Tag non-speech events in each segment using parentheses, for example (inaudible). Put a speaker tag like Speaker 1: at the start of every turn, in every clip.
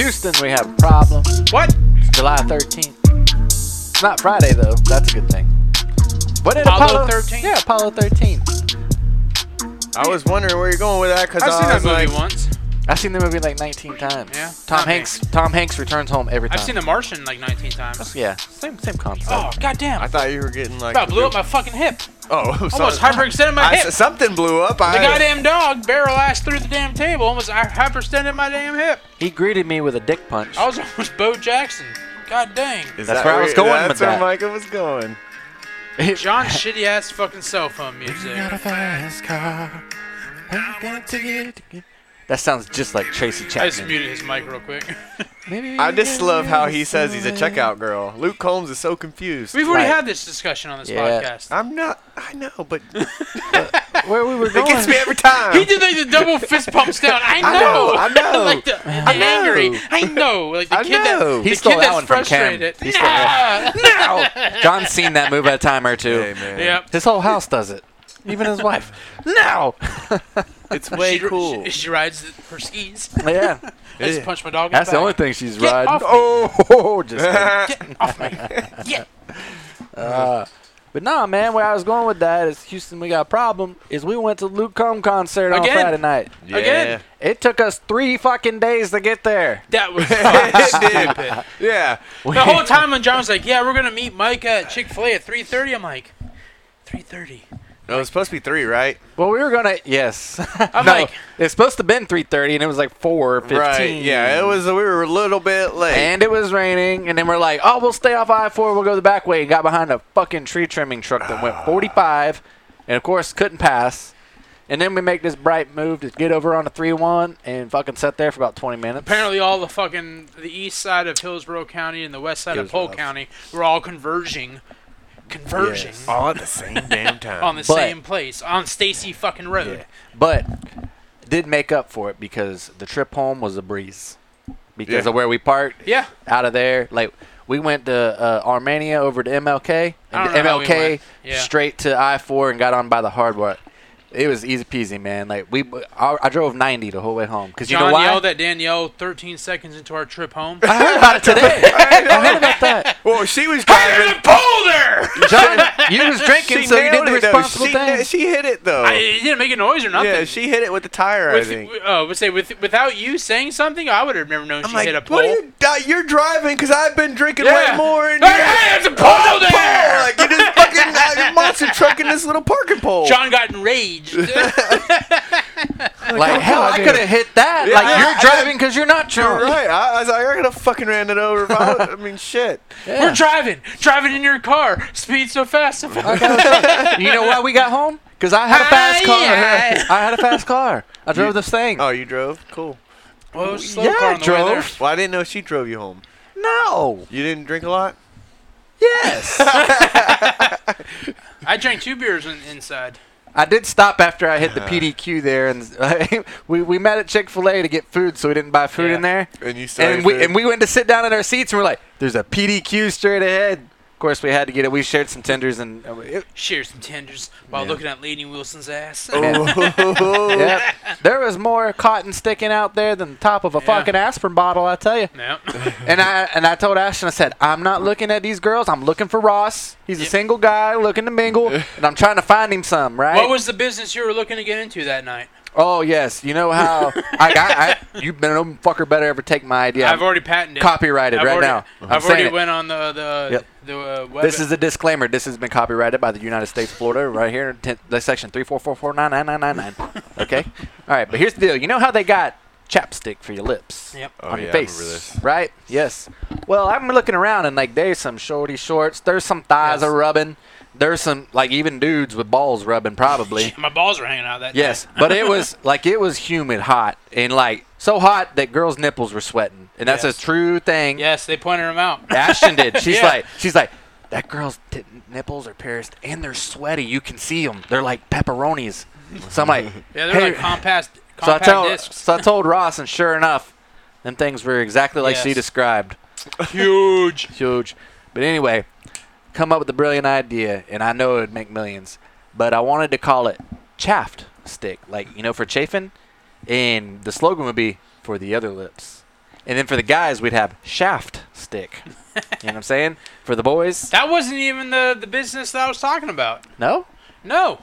Speaker 1: Houston, we have a problem.
Speaker 2: What?
Speaker 1: It's July 13th. It's not Friday, though. That's a good thing. What did
Speaker 2: Apollo 13?
Speaker 1: Yeah, Apollo 13.
Speaker 3: I was wondering where you're going with that because
Speaker 2: I've seen
Speaker 3: I
Speaker 2: that
Speaker 3: was
Speaker 2: movie
Speaker 3: like,
Speaker 2: once.
Speaker 1: I've seen the movie like 19 times.
Speaker 2: Yeah.
Speaker 1: Tom,
Speaker 2: Tom
Speaker 1: Hanks. Tom Hanks returns home every time.
Speaker 2: I've seen The Martian like 19 times.
Speaker 1: Yeah. Same same concept.
Speaker 2: Oh, goddamn.
Speaker 3: I thought you were getting like.
Speaker 2: About blew up my fucking hip.
Speaker 3: Oh, (laughs) I'm
Speaker 2: Almost
Speaker 3: sorry.
Speaker 2: hyperextended my
Speaker 3: I
Speaker 2: hip.
Speaker 3: s- something blew up.
Speaker 2: The
Speaker 3: I,
Speaker 2: goddamn dog barrel ass through the damn table. Almost I hyperextended my damn hip.
Speaker 1: He greeted me with a dick punch.
Speaker 3: Oh.
Speaker 2: I was (laughs) almost Bo Jackson. God dang.
Speaker 3: Is
Speaker 1: That's
Speaker 3: that
Speaker 1: where I was
Speaker 3: you-
Speaker 1: going
Speaker 3: That's
Speaker 1: with
Speaker 3: where
Speaker 1: that.
Speaker 3: Micah was going.
Speaker 2: John's shitty ass fucking cell phone music.
Speaker 1: That sounds just like Tracy
Speaker 2: I just
Speaker 1: Chapman.
Speaker 2: muted his mic real quick. (laughs)
Speaker 1: Maybe
Speaker 3: I just love how he says he's a checkout girl. Luke Combs is so confused.
Speaker 2: We've already
Speaker 1: Right.
Speaker 2: had this discussion on this
Speaker 1: Yeah.
Speaker 2: podcast.
Speaker 3: I'm not. I know,
Speaker 2: (laughs)
Speaker 3: but it
Speaker 1: where we were going.
Speaker 3: gets me every time.
Speaker 2: He did like the double fist pumps down. I
Speaker 3: I
Speaker 2: know.
Speaker 3: know, I
Speaker 2: (laughs)
Speaker 3: know.
Speaker 2: like the, the
Speaker 1: know.
Speaker 2: angry. I know. Like the
Speaker 3: I
Speaker 2: kid
Speaker 3: know.
Speaker 2: that
Speaker 1: He
Speaker 2: the
Speaker 1: stole
Speaker 2: kid
Speaker 1: that
Speaker 2: that's
Speaker 1: one from Cam.
Speaker 2: frustrated.
Speaker 1: He stole that.
Speaker 2: Nah.
Speaker 1: Ow! John's seen that move at a time or two.
Speaker 3: Hey, man.
Speaker 2: Yep.
Speaker 1: His whole house does it. Even his
Speaker 3: (laughs)
Speaker 1: wife. No.
Speaker 3: It's way
Speaker 2: she,
Speaker 3: cool.
Speaker 2: She, she rides the, her
Speaker 3: (laughs)
Speaker 2: skis.
Speaker 1: yeah.
Speaker 2: I just punched my dog.
Speaker 1: That's
Speaker 2: in
Speaker 1: the
Speaker 2: the,
Speaker 1: only
Speaker 2: back.
Speaker 1: thing she's
Speaker 2: Get
Speaker 1: riding.
Speaker 2: off me.
Speaker 1: (laughs) Oh, just kidding.
Speaker 2: off me. Yeah.
Speaker 1: But nah, man, where I was going with that is Houston, we got a problem. Is we went to Luke Combs concert on
Speaker 2: Again.
Speaker 1: Friday night.
Speaker 3: yeah.
Speaker 2: Again.
Speaker 1: It took us three fucking days to get there.
Speaker 2: That
Speaker 1: (laughs)
Speaker 2: was
Speaker 3: It
Speaker 2: fucking stupid.
Speaker 3: (laughs) Yeah.
Speaker 2: The whole time when John was like, "Yeah, we're gonna meet Mike at Chick Fil A at 3:30," I'm like, "3:30."
Speaker 3: No, it's supposed to be three, right?
Speaker 1: Well, we were gonna yes. (laughs)
Speaker 2: I'm
Speaker 1: no,
Speaker 2: like-
Speaker 1: it's supposed to have been three thirty, and it was like four fifteen.
Speaker 3: Right. Yeah. It was. We were a little bit late.
Speaker 1: And it was raining, and then we're like, "Oh, we'll stay off I four. We'll go the back way." And got behind a fucking tree trimming truck that went forty five, and of course couldn't pass. And then we make this bright move to get over on the three one and fucking sat there for about twenty minutes.
Speaker 2: Apparently, all the fucking the east side of Hillsborough County and the west side
Speaker 1: It
Speaker 2: of
Speaker 1: was
Speaker 2: Polk
Speaker 1: rough.
Speaker 2: County were all converging, converging
Speaker 3: all at the same damn time. (laughs)
Speaker 2: on the
Speaker 1: But-
Speaker 2: same place on Stacy fucking Road.
Speaker 1: But did make up for it because the trip home was a breeze because
Speaker 3: Yeah.
Speaker 1: of where we parked.
Speaker 2: Yeah.
Speaker 1: Out of there, like we went to uh, Armenia over to MLK
Speaker 2: I
Speaker 1: and
Speaker 2: don't know how we
Speaker 1: MLK
Speaker 2: went. Yeah.
Speaker 1: straight to I four and got on by the hardware. It was easy peasy, man. Like we, I, I drove ninety the whole way home because you
Speaker 2: John
Speaker 1: know why?
Speaker 2: yelled at Danielle 13 seconds into our
Speaker 1: (laughs)
Speaker 2: trip home.
Speaker 1: I heard about it today. I heard about that.
Speaker 3: Well, she was driving.
Speaker 2: boulder!
Speaker 1: John, you was drinking,
Speaker 3: She
Speaker 1: so you did
Speaker 3: nailed
Speaker 1: the
Speaker 3: it, though.
Speaker 1: responsible
Speaker 3: she,
Speaker 1: thing.
Speaker 3: na- She hit it though.
Speaker 2: I, it didn't make a noise or nothing.
Speaker 3: yeah, she hit it with the tire. I
Speaker 2: with,
Speaker 3: think.
Speaker 2: uh, would say with, without you saying something, I would have never known she hit a pole.
Speaker 3: what are you? di- You're driving because I've been drinking way more. And
Speaker 2: hey,
Speaker 3: you're-
Speaker 2: hey, it's a Oh, pole there!
Speaker 3: Like you just fucking out your monster truck in this little parking pole.
Speaker 2: John got (laughs) enraged.
Speaker 1: like hell, I
Speaker 3: dude.
Speaker 1: could have hit that.
Speaker 3: Yeah,
Speaker 1: like
Speaker 3: I- I-
Speaker 1: you're driving because you're not
Speaker 3: You're
Speaker 1: drunk.
Speaker 3: right. I, I was like, I could have fucking ran it over. If I, would- I mean, shit.
Speaker 1: Yeah.
Speaker 2: We're driving, driving in your car, speed so fast. (laughs) So fast.
Speaker 1: you know why we got home? Because I had a fast
Speaker 2: Aye,
Speaker 1: car.
Speaker 2: aye.
Speaker 1: (laughs) I had a fast car. I drove
Speaker 3: You-
Speaker 1: this thing.
Speaker 3: Oh, you drove? Cool.
Speaker 2: Well, it was a slow
Speaker 1: yeah,
Speaker 2: car on the way there.
Speaker 1: drove.
Speaker 3: Well, I didn't know she drove you home.
Speaker 1: No.
Speaker 3: You didn't drink a lot.
Speaker 1: Yes.
Speaker 2: I drank two beers in, inside.
Speaker 1: (laughs) I did stop after I
Speaker 3: Uh-huh.
Speaker 1: hit the PDQ there, and (laughs) we, we met at Chick Fil A to get food, so we didn't buy food
Speaker 2: Yeah.
Speaker 1: in there.
Speaker 3: And you saw
Speaker 1: And
Speaker 3: your
Speaker 1: we (laughs)
Speaker 3: food.
Speaker 1: and we went to sit down in our seats, and we're like, "There's a PDQ straight ahead." Of course, we had to get it. We shared some tenders, and uh, it,
Speaker 2: Shared some tenders while
Speaker 1: Yeah.
Speaker 2: looking at Lady Wilson's ass.
Speaker 3: Oh,
Speaker 1: yeah, there was more cotton sticking out there than the top of a
Speaker 2: Yeah.
Speaker 1: fucking aspirin bottle. I tell you.
Speaker 2: (laughs) (laughs) No.
Speaker 1: And I and I told Ashton, I said, I'm not looking at these girls. I'm looking for Ross. He's a
Speaker 2: Yep.
Speaker 1: single guy looking to
Speaker 2: (laughs)
Speaker 1: mingle, and I'm trying to find him some. Right?
Speaker 2: What was the business you were looking to get into that night?
Speaker 1: oh yes, you know how
Speaker 2: (laughs)
Speaker 1: I got. I, you no fucker better ever take my idea.
Speaker 2: I've already patented. it.
Speaker 1: copyrighted
Speaker 2: I've
Speaker 1: right
Speaker 2: already,
Speaker 1: now. I'm
Speaker 2: I've
Speaker 1: saying
Speaker 2: already
Speaker 1: it.
Speaker 2: went on the the
Speaker 1: Yep.
Speaker 2: the uh, web.
Speaker 1: This is a disclaimer. This has been copyrighted by the United States of Florida right here in ten, the section 344499999. Okay? All right, but here's the deal. You know how they got chapstick for your lips
Speaker 2: Yep. (laughs)
Speaker 3: Oh,
Speaker 1: on
Speaker 3: yeah,
Speaker 1: your
Speaker 3: I remember
Speaker 1: face,
Speaker 3: this.
Speaker 1: right? Yes. Well, I'm looking around and like there's some shorty shorts, there's some thighs
Speaker 2: Yes.
Speaker 1: are rubbing, there's some like even dudes with balls rubbing
Speaker 2: (laughs)
Speaker 1: probably.
Speaker 2: My balls were hanging out that
Speaker 1: Yes, but it was like it was humid hot and like so hot that girls' nipples were sweating. And that's
Speaker 2: Yes.
Speaker 1: a true thing.
Speaker 2: night. Yes, they pointed him out.
Speaker 1: Ashton did.
Speaker 2: (laughs)
Speaker 1: She's
Speaker 2: Yeah.
Speaker 1: like, she's like, that girl's t- nipples are pierced and they're sweaty. You can see them. They're like pepperonis. So I'm like,
Speaker 2: (laughs) Yeah, they're
Speaker 1: "Hey."
Speaker 2: like compact
Speaker 1: so I
Speaker 2: compact
Speaker 1: told,
Speaker 2: discs.
Speaker 1: so I told Ross, and sure enough, Them things were exactly like she
Speaker 2: Yes.
Speaker 1: described.
Speaker 2: Huge.
Speaker 1: (laughs) Huge. But anyway, come up with a brilliant idea, and I know it would make millions. But I wanted to call it Chaffed Stick, like, you know, for chafing. And the slogan would be for the other lips. And then for the guys, we'd have Shaft Stick. you know what I'm saying? For the boys,
Speaker 2: That wasn't even the, the business that I was talking about.
Speaker 1: no?
Speaker 2: No.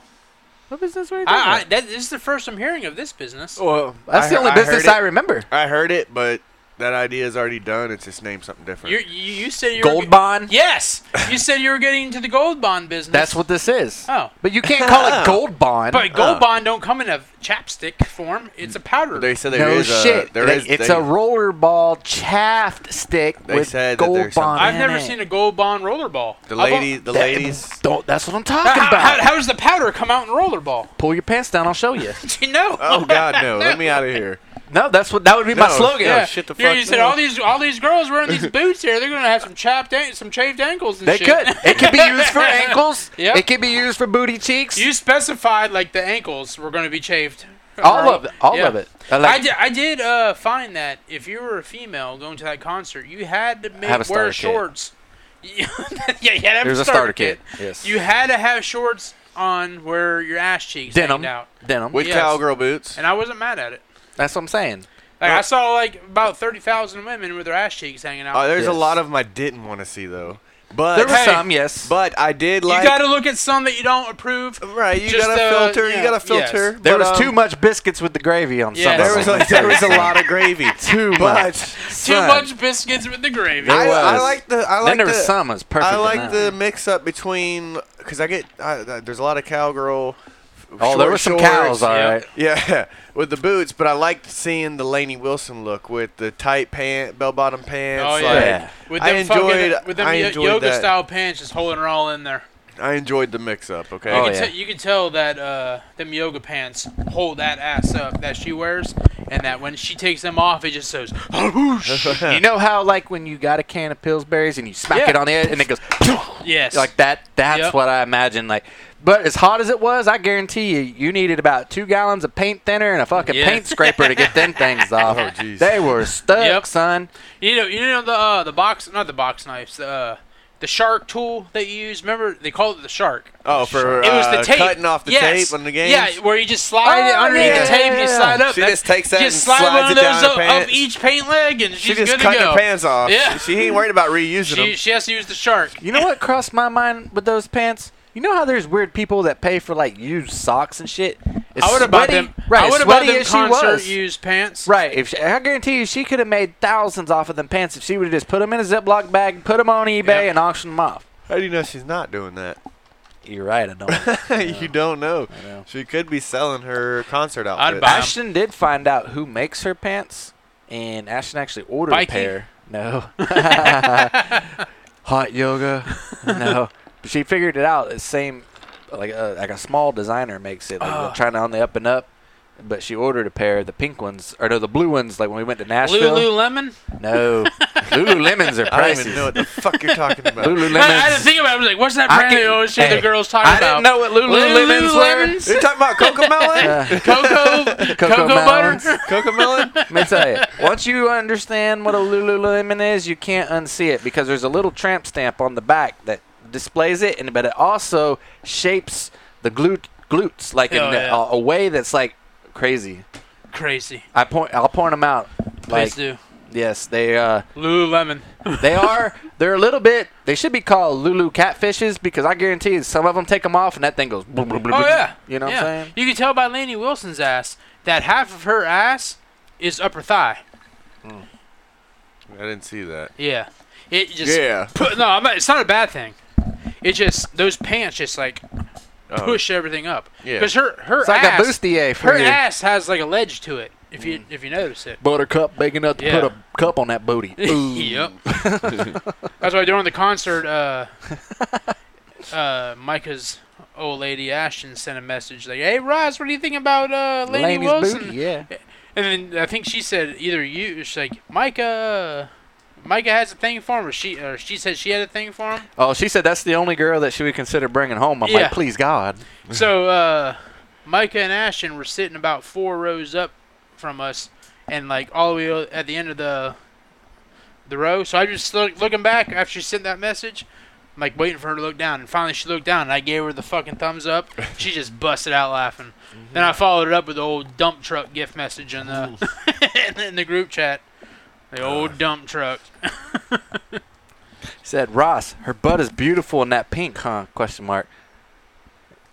Speaker 1: What business were you talking
Speaker 2: I, I,
Speaker 1: about?
Speaker 2: that, this is the first I'm hearing of this business.
Speaker 1: Oh.
Speaker 3: Well,
Speaker 1: That's the
Speaker 3: I hear-
Speaker 1: only
Speaker 3: I
Speaker 1: business
Speaker 3: heard
Speaker 1: I
Speaker 3: it-
Speaker 1: remember.
Speaker 3: I heard it, but that idea is already done. It's just named something different.
Speaker 2: you you, you said you were,
Speaker 1: Gold Bond? (laughs)
Speaker 2: Yes. You said you were getting into the gold bond business.
Speaker 1: That's what uh. this is.
Speaker 2: (laughs) Oh.
Speaker 1: But you can't call it Gold Bond.
Speaker 2: But gold
Speaker 3: Oh.
Speaker 2: bond don't come in a chapstick form. It's a powder.
Speaker 3: they said there
Speaker 1: no
Speaker 3: is
Speaker 1: shit.
Speaker 3: a there
Speaker 1: They-
Speaker 3: is
Speaker 1: it's
Speaker 3: they-
Speaker 1: a rollerball chaffed stick
Speaker 3: They
Speaker 1: with
Speaker 3: said that
Speaker 1: gold
Speaker 3: there's something-
Speaker 1: bond.
Speaker 2: I've
Speaker 1: in
Speaker 2: never
Speaker 1: it.
Speaker 2: seen a gold bond rollerball.
Speaker 3: the
Speaker 2: I've o-
Speaker 3: lady the
Speaker 1: That- (laughs)
Speaker 3: ladies.
Speaker 1: Don't. That's
Speaker 2: (laughs)
Speaker 1: what I'm
Speaker 2: How,
Speaker 1: talking
Speaker 2: how, how,
Speaker 1: about.
Speaker 2: how does the powder come out in rollerball? (laughs)
Speaker 1: Pull your pants down. I'll show you.
Speaker 2: you know.
Speaker 3: Oh God, no! Let me out of here.
Speaker 1: No, that's what. That would be my
Speaker 3: No,
Speaker 1: slogan.
Speaker 3: yeah.
Speaker 1: Oh, shit.
Speaker 3: shit the
Speaker 2: (laughs) Yeah,
Speaker 3: fuck
Speaker 2: you said
Speaker 3: no.
Speaker 2: all these all these girls wearing
Speaker 1: (laughs)
Speaker 2: these boots here. They're gonna have some chapped an- some chafed ankles and
Speaker 1: They
Speaker 2: shit. (laughs)
Speaker 1: could. It could be used for ankles.
Speaker 2: Yep.
Speaker 1: It could be used for booty cheeks.
Speaker 2: You specified like the ankles were gonna be chafed.
Speaker 1: all of it. All
Speaker 2: Yeah.
Speaker 1: of it. I
Speaker 2: I
Speaker 1: like-
Speaker 2: did. I did uh, find that if you were a female going to that concert, you had to
Speaker 1: Have
Speaker 2: make,
Speaker 1: a
Speaker 2: wear
Speaker 1: starter kit.
Speaker 2: shorts. (laughs) yeah, yeah, you had to have
Speaker 1: There's
Speaker 2: a
Speaker 1: a starter kit. Yes.
Speaker 2: You had to have shorts on where your ass cheeks
Speaker 1: denim.
Speaker 2: hanged out,
Speaker 1: Denim.
Speaker 3: With
Speaker 2: Yes.
Speaker 3: cowgirl boots.
Speaker 2: and I wasn't mad at it.
Speaker 1: that's what I'm saying.
Speaker 2: Like I
Speaker 3: Well-
Speaker 2: saw like about thirty thousand women with their ass cheeks hanging out.
Speaker 3: Oh, there's a
Speaker 1: Yes.
Speaker 3: lot of them I didn't want to see though. But
Speaker 1: There were
Speaker 2: Hey,
Speaker 1: some, yes.
Speaker 3: but I did
Speaker 2: you
Speaker 3: like.
Speaker 2: got to look at some that you don't approve.
Speaker 3: right. You
Speaker 2: just,
Speaker 3: got to
Speaker 2: uh,
Speaker 3: filter.
Speaker 2: yeah,
Speaker 3: You got to
Speaker 2: yes.
Speaker 3: filter.
Speaker 1: there
Speaker 3: but,
Speaker 1: was
Speaker 3: um,
Speaker 1: too much biscuits with the gravy on
Speaker 2: Yes.
Speaker 1: some. of
Speaker 3: There
Speaker 1: them.
Speaker 3: was like (laughs)
Speaker 1: (laughs)
Speaker 3: there was a lot of gravy.
Speaker 1: Too
Speaker 3: but
Speaker 1: much.
Speaker 2: Too
Speaker 3: son,
Speaker 2: much biscuits with the gravy.
Speaker 1: There
Speaker 3: I, I
Speaker 1: was.
Speaker 3: like the. I like
Speaker 1: then there
Speaker 3: the,
Speaker 1: was some. that was perfect.
Speaker 3: I
Speaker 1: in
Speaker 3: like
Speaker 1: that.
Speaker 3: the mix up between because I get I, I- there's a lot of cowgirl.
Speaker 1: Oh, there were some cows. All
Speaker 2: yeah.
Speaker 1: right.
Speaker 3: Yeah, (laughs) with the boots, but I liked seeing the Laney Wilson look with the tight pant, bell bottom pants.
Speaker 2: Oh yeah.
Speaker 3: like,
Speaker 1: Yeah.
Speaker 2: With
Speaker 3: I
Speaker 2: them
Speaker 3: enjoyed-
Speaker 2: fucking, with them
Speaker 3: I
Speaker 2: yo-
Speaker 3: enjoyed
Speaker 2: yoga
Speaker 3: that.
Speaker 2: style pants just holding her all in there.
Speaker 3: I enjoyed the mix up. Okay.
Speaker 1: Oh,
Speaker 2: you,
Speaker 1: yeah.
Speaker 2: can te- you can tell that uh, them yoga pants hold that ass up that she wears, and that when she takes them off, it just goes.
Speaker 3: (laughs)
Speaker 1: You know how like when you got a can of Pillsburies and you smack
Speaker 2: Yeah.
Speaker 1: it on the head and it goes
Speaker 2: yes.
Speaker 1: like that. That's
Speaker 2: Yep.
Speaker 1: what I imagine. Like, but as hot as it was, I guarantee you, you needed about two gallons of paint thinner and a fucking
Speaker 2: Yeah.
Speaker 1: paint scraper to get them
Speaker 2: (laughs)
Speaker 1: things off.
Speaker 3: Oh, jeez.
Speaker 1: they were stuck,
Speaker 2: Yep.
Speaker 1: son.
Speaker 2: You know, you know the uh, the box, not the box knives, the uh, the shark tool that you use. Remember, they called it the shark. (laughs)
Speaker 3: Oh, for
Speaker 2: it was the
Speaker 3: uh,
Speaker 2: tape.
Speaker 3: cutting off the
Speaker 2: Yes.
Speaker 3: tape on the game.
Speaker 2: Yeah, where you just slide it
Speaker 1: Oh,
Speaker 2: underneath
Speaker 1: yeah,
Speaker 2: the tape and you
Speaker 1: yeah,
Speaker 2: slide up.
Speaker 3: She
Speaker 2: That-
Speaker 3: just takes that
Speaker 2: just
Speaker 3: and
Speaker 2: slide
Speaker 3: slides
Speaker 2: one of
Speaker 3: it down
Speaker 2: those
Speaker 3: her
Speaker 2: up, up
Speaker 3: pants.
Speaker 2: each paint leg, and
Speaker 3: She
Speaker 2: she's
Speaker 3: just
Speaker 2: good
Speaker 3: cut
Speaker 2: to go.
Speaker 3: your pants off.
Speaker 2: Yeah.
Speaker 3: She, she ain't worried about reusing
Speaker 2: She,
Speaker 3: them.
Speaker 2: she has to use the shark.
Speaker 1: You know what crossed my mind with those pants? You know how there's weird people that pay for like used socks and shit. As
Speaker 2: I would have bought
Speaker 1: sweaty-
Speaker 2: them.
Speaker 1: Right,
Speaker 2: I
Speaker 1: as
Speaker 2: would have bought
Speaker 1: sweaty
Speaker 2: them
Speaker 1: as she
Speaker 2: concert
Speaker 1: was.
Speaker 2: used pants.
Speaker 1: Right. If she, I guarantee you, she could have made thousands off of them pants if she would have just put them in a Ziploc bag, put them on eBay,
Speaker 2: Yep.
Speaker 1: and auctioned them off.
Speaker 3: How do you know she's not doing that? (laughs)
Speaker 1: You're right. I don't.
Speaker 3: you don't know.
Speaker 1: know.
Speaker 3: She could be selling her concert outfit.
Speaker 2: buy- Um,
Speaker 1: Ashton did find out who makes her pants, and Ashton actually ordered
Speaker 2: Mikey?
Speaker 1: a pair.
Speaker 2: (laughs)
Speaker 1: No. Hot yoga.
Speaker 2: (laughs)
Speaker 1: No. But she figured it out. It's same, like a, like a small designer makes it, like
Speaker 2: Oh.
Speaker 1: they're trying on the up and up. But she ordered a pair, the pink ones, or no, the blue ones. Like when we went to Nashville.
Speaker 2: Lululemon.
Speaker 1: No, Lululemons
Speaker 2: (laughs)
Speaker 1: are pricey.
Speaker 3: I don't even know what the fuck you're talking about.
Speaker 1: Lululemons.
Speaker 2: I, I had to think about. it. I was like, what's that
Speaker 1: I
Speaker 2: brand
Speaker 1: can-
Speaker 2: they always hear
Speaker 1: hey,
Speaker 2: the girls talking
Speaker 1: I didn't
Speaker 2: about?
Speaker 1: know what Lululemons were.
Speaker 2: Lululemons? (laughs)
Speaker 3: You're talking about Coco
Speaker 1: (laughs)
Speaker 3: Melon?
Speaker 1: Uh, (laughs) Cocoa
Speaker 2: Cocoa, cocoa
Speaker 1: melons.
Speaker 2: butter.
Speaker 3: Coco Melon?
Speaker 1: Let me tell you, once you understand what a Lululemon is, you can't unsee it because there's a little tramp stamp on the back that displays it, and but it also shapes the glute glutes like in
Speaker 2: Hell
Speaker 1: a,
Speaker 2: Oh, yeah.
Speaker 1: a way that's like crazy.
Speaker 2: Crazy.
Speaker 1: I point, I'll point them out. Like
Speaker 2: Please do.
Speaker 1: yes, they uh,
Speaker 2: Lululemon.
Speaker 1: they are they're a little bit. They should be called Lulu catfishes because I guarantee you some of them take them off and that thing goes. Oh
Speaker 2: Oh yeah.
Speaker 1: you know
Speaker 2: Yeah.
Speaker 1: what I'm saying?
Speaker 2: You can tell by Lainey Wilson's ass that half of her ass is upper thigh.
Speaker 3: I didn't see that.
Speaker 2: Yeah. It just.
Speaker 3: Yeah.
Speaker 2: Put, no, I'm not, it's not a bad thing. It just those pants just like
Speaker 3: Oh.
Speaker 2: push everything up.
Speaker 3: Yeah.
Speaker 2: Because her her
Speaker 1: It's like
Speaker 2: ass
Speaker 1: a bustier for
Speaker 2: her
Speaker 1: you. Mm.
Speaker 2: ass has like a ledge to it. If you if you notice it.
Speaker 1: Buttercup big enough to
Speaker 2: Yeah.
Speaker 1: put a cup on that (laughs)
Speaker 2: (laughs)
Speaker 1: booty.
Speaker 2: yep. (laughs) That's why during the concert, uh, uh, Micah's old lady Ashton sent a message like, "Hey, Ross, what do you think about uh, Lainey
Speaker 1: Laney's
Speaker 2: Wilson?"
Speaker 1: booty, yeah.
Speaker 2: And then I think she said either you, she's like, "Micah, Micah has a thing for him," or she, or she said she had a thing for him.
Speaker 1: Oh, she said that's the only girl that she would consider bringing home. I'm
Speaker 2: Yeah.
Speaker 1: like, please God.
Speaker 2: (laughs) so uh, Micah and Ashton were sitting about four rows up from us, and like all the way o- at the end of the the row. So I just look, looking back after she sent that message. I'm like waiting for her to look down, and finally she looked down, and I gave her the fucking thumbs up. She just busted out laughing. Then I followed it up with the old dump truck gift message in the (laughs) in the group chat. The old dump truck.
Speaker 1: Said Ross, her butt is beautiful in that pink, huh? Question mark.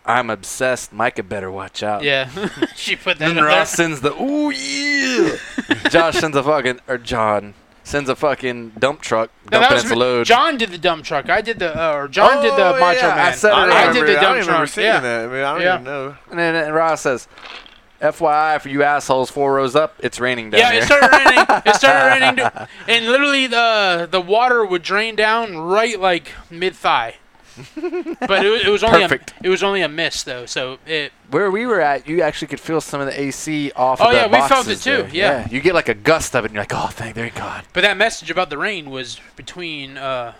Speaker 1: I'm obsessed. Micah better watch out.
Speaker 2: Yeah, (laughs) she put that.
Speaker 1: Uh. (laughs) Then
Speaker 2: in
Speaker 1: Ross
Speaker 2: Ross.
Speaker 1: sends the ooh yeah. Josh sends a fucking or John sends a fucking dump truck
Speaker 2: No, that
Speaker 1: dumping
Speaker 2: was
Speaker 1: its
Speaker 2: me.
Speaker 1: load.
Speaker 2: John did the dump truck. I did the uh, or John did the
Speaker 3: Oh,
Speaker 2: Macho
Speaker 3: yeah,
Speaker 2: Man.
Speaker 1: I said it
Speaker 3: I,
Speaker 1: I
Speaker 3: don't
Speaker 2: did
Speaker 3: remember-
Speaker 2: the
Speaker 3: I
Speaker 2: dump
Speaker 3: don't even remember
Speaker 2: truck.
Speaker 3: seeing
Speaker 2: Yeah.
Speaker 3: that. I mean, I don't
Speaker 2: Yeah.
Speaker 3: even know.
Speaker 1: And then and Ross says, "FYI, for you assholes, four rows up, it's raining down
Speaker 2: Yeah,
Speaker 1: here."
Speaker 2: it started raining.
Speaker 1: (laughs)
Speaker 2: It started raining, to, and literally the the water would drain down right like mid thigh. But it, was- it was only a,
Speaker 1: Perfect.
Speaker 2: it was only a miss though, so it
Speaker 1: Where we were at, you actually could feel some of the AC off.
Speaker 2: Oh,
Speaker 1: of the
Speaker 2: yeah, we felt
Speaker 1: boxes
Speaker 2: it too,
Speaker 1: there.
Speaker 2: yeah.
Speaker 1: you get like a gust of it, and you're like, "Oh, thank, thank God."
Speaker 2: But that message about the rain was between uh,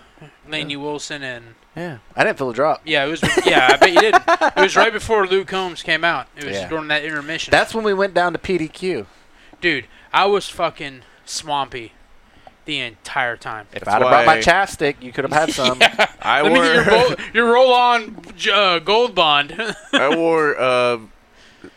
Speaker 2: Laney Wilson and
Speaker 1: Yeah, I didn't feel a drop.
Speaker 2: yeah, it was yeah. I bet you did. It was right before Luke Combs came out. It was
Speaker 1: Yeah.
Speaker 2: during that intermission.
Speaker 1: That's when we went down to PDQ.
Speaker 2: Dude, I was fucking swampy the entire time.
Speaker 1: If
Speaker 3: That's
Speaker 1: I'd have brought my
Speaker 3: why-
Speaker 1: chapstick, you could have
Speaker 2: (laughs)
Speaker 1: had some.
Speaker 2: Yeah.
Speaker 3: I
Speaker 2: Let me get your,
Speaker 3: wore,
Speaker 2: bol- your roll-on j- uh, gold bond.
Speaker 3: (laughs)
Speaker 2: (laughs)
Speaker 3: I wore uh,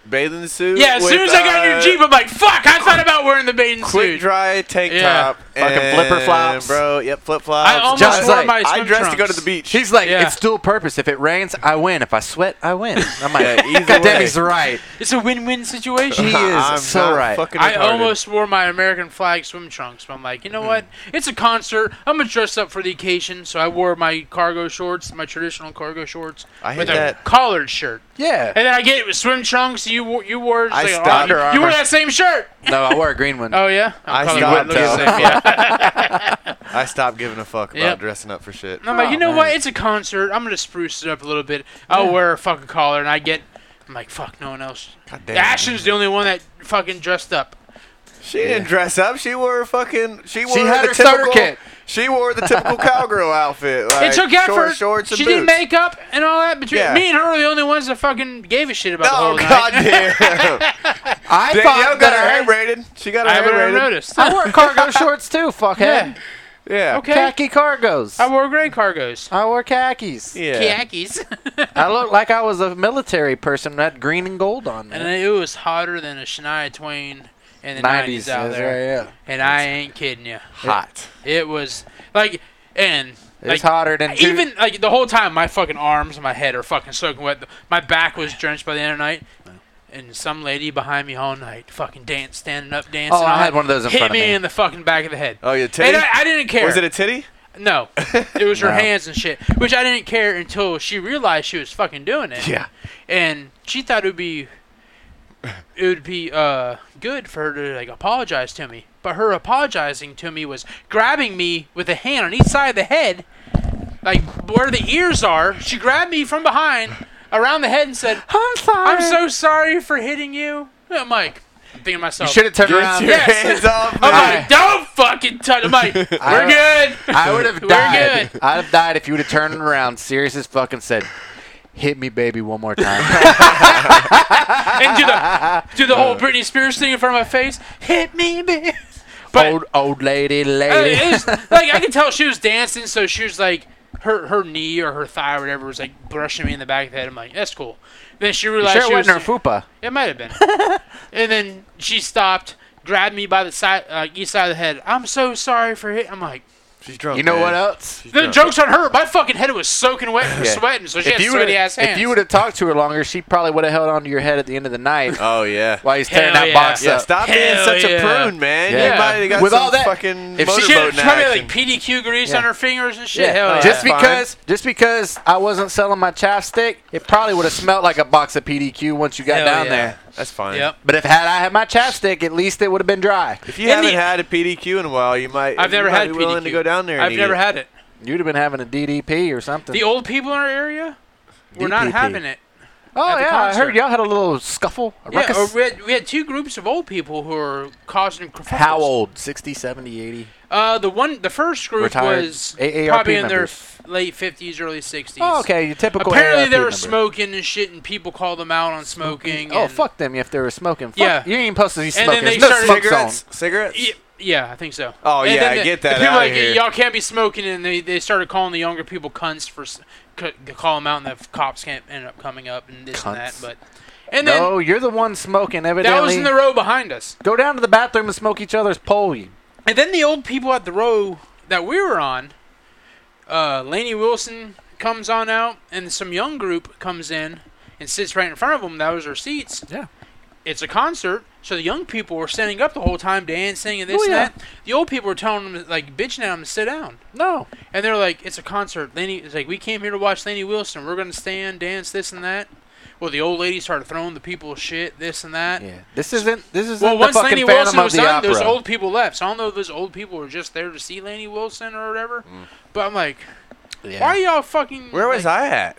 Speaker 3: bathing suit.
Speaker 2: yeah, as
Speaker 3: with,
Speaker 2: soon as I got in
Speaker 3: uh,
Speaker 2: your Jeep, I'm like, fuck, I thought about wearing the bathing
Speaker 3: quick
Speaker 2: suit.
Speaker 3: dry tank
Speaker 2: Yeah.
Speaker 3: top,
Speaker 1: Fucking
Speaker 3: and,
Speaker 1: flipper flops.
Speaker 3: bro. Yep, flip flops.
Speaker 2: I almost
Speaker 1: John's
Speaker 2: wore
Speaker 1: like,
Speaker 2: my
Speaker 3: I
Speaker 2: swim
Speaker 3: dressed to go to
Speaker 2: trunks.
Speaker 3: the beach.
Speaker 1: He's like,
Speaker 2: Yeah.
Speaker 1: it's dual purpose. If it rains, I win. If I sweat, I win. I'm like,
Speaker 3: Yeah, either
Speaker 1: God damn,
Speaker 3: way.
Speaker 1: he's right.
Speaker 2: It's a win-win situation.
Speaker 3: (laughs)
Speaker 1: He is
Speaker 3: I'm
Speaker 1: so
Speaker 3: not
Speaker 1: right.
Speaker 3: fucking
Speaker 2: I
Speaker 3: retarded.
Speaker 2: almost wore my American flag swim trunks, but I'm like, you know what?
Speaker 3: Mm-hmm.
Speaker 2: It's a concert. I'm gonna dress up for the occasion, so I wore my cargo shorts, my traditional cargo shorts,
Speaker 3: I hate
Speaker 2: with a
Speaker 3: that.
Speaker 2: collared shirt.
Speaker 1: Yeah.
Speaker 2: (laughs) And then I get it with swim trunks. You wore, you wore just
Speaker 3: I
Speaker 2: like,
Speaker 3: stopped-
Speaker 2: oh, you- you wore
Speaker 1: Under
Speaker 2: that same shirt.
Speaker 1: No, I wore a green one.
Speaker 2: Oh yeah, I'm colored.
Speaker 3: I stopped
Speaker 2: Look at the
Speaker 3: though.
Speaker 2: same, yeah.
Speaker 3: I stopped giving a fuck about
Speaker 2: Yep. (laughs)
Speaker 3: dressing up for shit.
Speaker 2: And I'm like,
Speaker 1: Oh,
Speaker 2: you know
Speaker 1: man.
Speaker 2: what? It's a concert. I'm gonna spruce it up a little bit. I'll wear a fucking collar, and I get. I'm like, fuck, no one else.
Speaker 3: God damn.
Speaker 2: Ashton's the only one that fucking dressed up.
Speaker 3: She didn't dress up. She wore a fucking. She wore
Speaker 1: had
Speaker 3: the
Speaker 1: her starter
Speaker 3: typical,
Speaker 1: kit.
Speaker 3: She wore
Speaker 2: (laughs)
Speaker 3: the typical cowgirl outfit.
Speaker 2: It
Speaker 3: Like,
Speaker 2: took
Speaker 3: short
Speaker 2: effort.
Speaker 3: shorts and
Speaker 2: she
Speaker 3: boots.
Speaker 2: did makeup and all that. Between
Speaker 3: Yeah.
Speaker 2: me and her, were the only ones that fucking gave a shit about the
Speaker 3: Oh
Speaker 2: whole night.
Speaker 3: god damn!
Speaker 1: I
Speaker 3: Danielle
Speaker 1: thought
Speaker 3: got her hair
Speaker 1: that
Speaker 3: braided. She got
Speaker 2: (laughs)
Speaker 3: her
Speaker 2: I
Speaker 3: hair
Speaker 2: haven't ever
Speaker 3: braided.
Speaker 2: noticed.
Speaker 1: I, I wore
Speaker 2: (laughs)
Speaker 1: cargo shorts too. Fuckhead.
Speaker 2: Yeah.
Speaker 3: Yeah.
Speaker 2: Okay.
Speaker 1: Khaki cargos.
Speaker 2: I wore gray cargos.
Speaker 1: I wore khakis.
Speaker 3: Yeah.
Speaker 2: Khakis. (laughs)
Speaker 1: I looked like I was a military person that had green and gold on me.
Speaker 2: and it was hotter than a Shania Twain in the 90s,
Speaker 1: 90s,
Speaker 2: out
Speaker 1: that's
Speaker 2: there.
Speaker 1: right, yeah.
Speaker 2: And I ain't kidding you.
Speaker 3: Hot.
Speaker 2: It was like, and
Speaker 1: It
Speaker 2: like,
Speaker 1: was hotter than two-
Speaker 2: even like the whole time my fucking arms and my head are fucking soaking wet. My back was drenched by the end of the night. And some lady behind me all night, fucking dance, standing up, dancing.
Speaker 1: Oh, I
Speaker 2: all
Speaker 1: had
Speaker 2: night,
Speaker 1: one of those in
Speaker 2: hit
Speaker 1: front of
Speaker 2: me
Speaker 1: me.
Speaker 2: in the fucking back of the head.
Speaker 3: Oh, your
Speaker 2: and
Speaker 3: titty.
Speaker 2: I, I didn't care.
Speaker 3: Was it a titty?
Speaker 1: (laughs)
Speaker 2: no, it was her
Speaker 1: No.
Speaker 2: hands and shit, which I didn't care until she realized she was fucking doing it.
Speaker 3: Yeah.
Speaker 2: and she thought it would be, it would be uh good for her to like apologize to me. But her apologizing to me was grabbing me with a hand on each side of the head, like where the ears are. She grabbed me from behind, around the head, and said,
Speaker 1: I'm sorry.
Speaker 2: "I'm so sorry for hitting you." I'm like, I'm thinking to
Speaker 1: You
Speaker 2: myself.
Speaker 1: should have turned
Speaker 3: Get
Speaker 1: around.
Speaker 3: your
Speaker 2: Yes.
Speaker 3: hands off me.
Speaker 2: I'm like, don't fucking touch.
Speaker 1: (laughs)
Speaker 2: I'm like, we're good.
Speaker 1: I would have
Speaker 2: (laughs) We're
Speaker 1: died. (laughs)
Speaker 2: good.
Speaker 1: I'd have died if you would have turned around, serious as fuck, and said, "Hit me, baby, one more time."
Speaker 2: and do the do the
Speaker 1: Uh.
Speaker 2: whole Britney Spears thing in front of my face. Hit me, bitch. (laughs) But
Speaker 1: old old lady,
Speaker 2: uh,
Speaker 1: lady.
Speaker 2: it was, like I could tell she was dancing, so she was like her her knee or her thigh or whatever was like brushing me in the back of the head. I'm like, that's cool. Then she realized
Speaker 1: sure,
Speaker 2: she
Speaker 1: it
Speaker 2: was
Speaker 1: wasn't her fupa.
Speaker 2: it might have been.
Speaker 1: (laughs)
Speaker 2: and then she stopped, grabbed me by the side uh, east side of the head. I'm so sorry for it. I'm like,
Speaker 3: She's drunk.
Speaker 1: You know
Speaker 3: man.
Speaker 1: what else?
Speaker 3: She's
Speaker 2: the
Speaker 3: drunk.
Speaker 2: joke's on her. My fucking head was soaking wet from
Speaker 1: Yeah.
Speaker 2: sweating, so she
Speaker 1: If
Speaker 2: had
Speaker 1: you,
Speaker 2: sweaty ass
Speaker 1: would've-
Speaker 2: hands.
Speaker 1: if you would have talked to her longer, she probably would have held onto your head at the end of the
Speaker 2: (laughs)
Speaker 1: night
Speaker 3: Oh yeah.
Speaker 1: while he's tearing
Speaker 2: Hell
Speaker 1: that
Speaker 2: yeah.
Speaker 1: box
Speaker 3: Yeah,
Speaker 1: up.
Speaker 3: stop
Speaker 2: Hell
Speaker 3: being such
Speaker 2: yeah.
Speaker 3: a prune, man.
Speaker 1: Yeah.
Speaker 3: You might have got
Speaker 1: With
Speaker 3: some
Speaker 1: all that-
Speaker 3: fucking
Speaker 1: if she
Speaker 2: she had
Speaker 3: motorboat
Speaker 2: probably
Speaker 3: action.
Speaker 2: like PDQ grease
Speaker 1: Yeah.
Speaker 2: on her fingers and shit.
Speaker 1: Yeah.
Speaker 2: Hell yeah.
Speaker 1: Just
Speaker 3: fine.
Speaker 1: because just because I wasn't selling my chapstick, it probably would have smelled like a box of PDQ once you got
Speaker 2: Hell
Speaker 1: down
Speaker 2: yeah.
Speaker 1: there.
Speaker 3: That's fine.
Speaker 2: Yep.
Speaker 1: But if had I had my chapstick, at least it would have been dry.
Speaker 3: If you
Speaker 2: In
Speaker 3: haven't
Speaker 2: the-
Speaker 3: had a PDQ in a while, you might.
Speaker 2: I've
Speaker 3: you
Speaker 2: never
Speaker 3: might
Speaker 2: had
Speaker 3: be willing to
Speaker 2: PDQ.
Speaker 3: go down there. and
Speaker 2: I've
Speaker 3: eat
Speaker 2: never
Speaker 3: it.
Speaker 2: had it.
Speaker 1: You'd have been having a DDP or something.
Speaker 2: The old people in our area were not
Speaker 1: DPP.
Speaker 2: having it.
Speaker 1: oh
Speaker 2: at the
Speaker 1: yeah, I heard
Speaker 2: concert.
Speaker 1: y'all had a little scuffle. A
Speaker 2: Yeah,
Speaker 1: ruckus.
Speaker 2: or we, had, we had two groups of old people who were causing kerfuffles.
Speaker 1: How old? 60, 70, 80.
Speaker 2: Uh, the one, the first group
Speaker 1: Retired
Speaker 2: was
Speaker 1: AARP
Speaker 2: probably in their
Speaker 1: members.
Speaker 2: f- late fifties, early sixties.
Speaker 1: Oh, okay. Your typical.
Speaker 2: Apparently
Speaker 1: AARP
Speaker 2: they were
Speaker 1: members.
Speaker 2: smoking and shit, and people called them out on smoking.
Speaker 1: Oh
Speaker 2: and-
Speaker 1: fuck them if they were smoking. Fuck,
Speaker 2: Yeah.
Speaker 1: you ain't supposed to be
Speaker 2: then
Speaker 1: smoking.
Speaker 2: they
Speaker 1: There's no
Speaker 2: started-
Speaker 1: smoke
Speaker 3: Cigarettes?
Speaker 1: zone.
Speaker 3: Cigarettes?
Speaker 2: Y- Yeah, I think so.
Speaker 3: Oh,
Speaker 2: And
Speaker 3: yeah,
Speaker 2: then the-
Speaker 3: get
Speaker 2: the
Speaker 3: that
Speaker 2: people
Speaker 3: outta
Speaker 2: like,
Speaker 3: here.
Speaker 2: Y'all can't be smoking, and they, they started calling the younger people cunts for s- c- to call them out, and the cops can't end up coming up and this and that.
Speaker 1: Cunts.
Speaker 2: But and then
Speaker 1: No, you're the one smoking. Evidently,
Speaker 2: that was in the row behind us,
Speaker 1: go down to the bathroom and smoke each other's pole. You
Speaker 2: and then the old people at the row that we were on, uh, Laney Wilson comes on out, and some young group comes in and sits right in front of them. That was our seats.
Speaker 1: Yeah.
Speaker 2: It's a concert, so the young people were standing up the whole time, dancing and this
Speaker 1: Oh,
Speaker 2: and
Speaker 1: yeah.
Speaker 2: that. The old people were telling them, like, bitching at them to sit down.
Speaker 1: no.
Speaker 2: And they're like, it's a concert. Laney it's like, we came here to watch Laney Wilson. We're gonna stand, dance, this and that. Well, the old lady started throwing the people shit, this and that.
Speaker 1: Yeah, this isn't. This isn't
Speaker 2: Well,
Speaker 1: the
Speaker 2: once
Speaker 1: fucking
Speaker 2: Laney
Speaker 1: Phantom
Speaker 2: Wilson
Speaker 1: of
Speaker 2: was
Speaker 1: the
Speaker 2: done,
Speaker 1: Opera.
Speaker 2: those old people left. So I don't know if those old people were just there to see Laney Wilson or whatever. But I'm like,
Speaker 1: Yeah.
Speaker 2: why y'all fucking?
Speaker 3: Where was
Speaker 2: like,
Speaker 3: I at?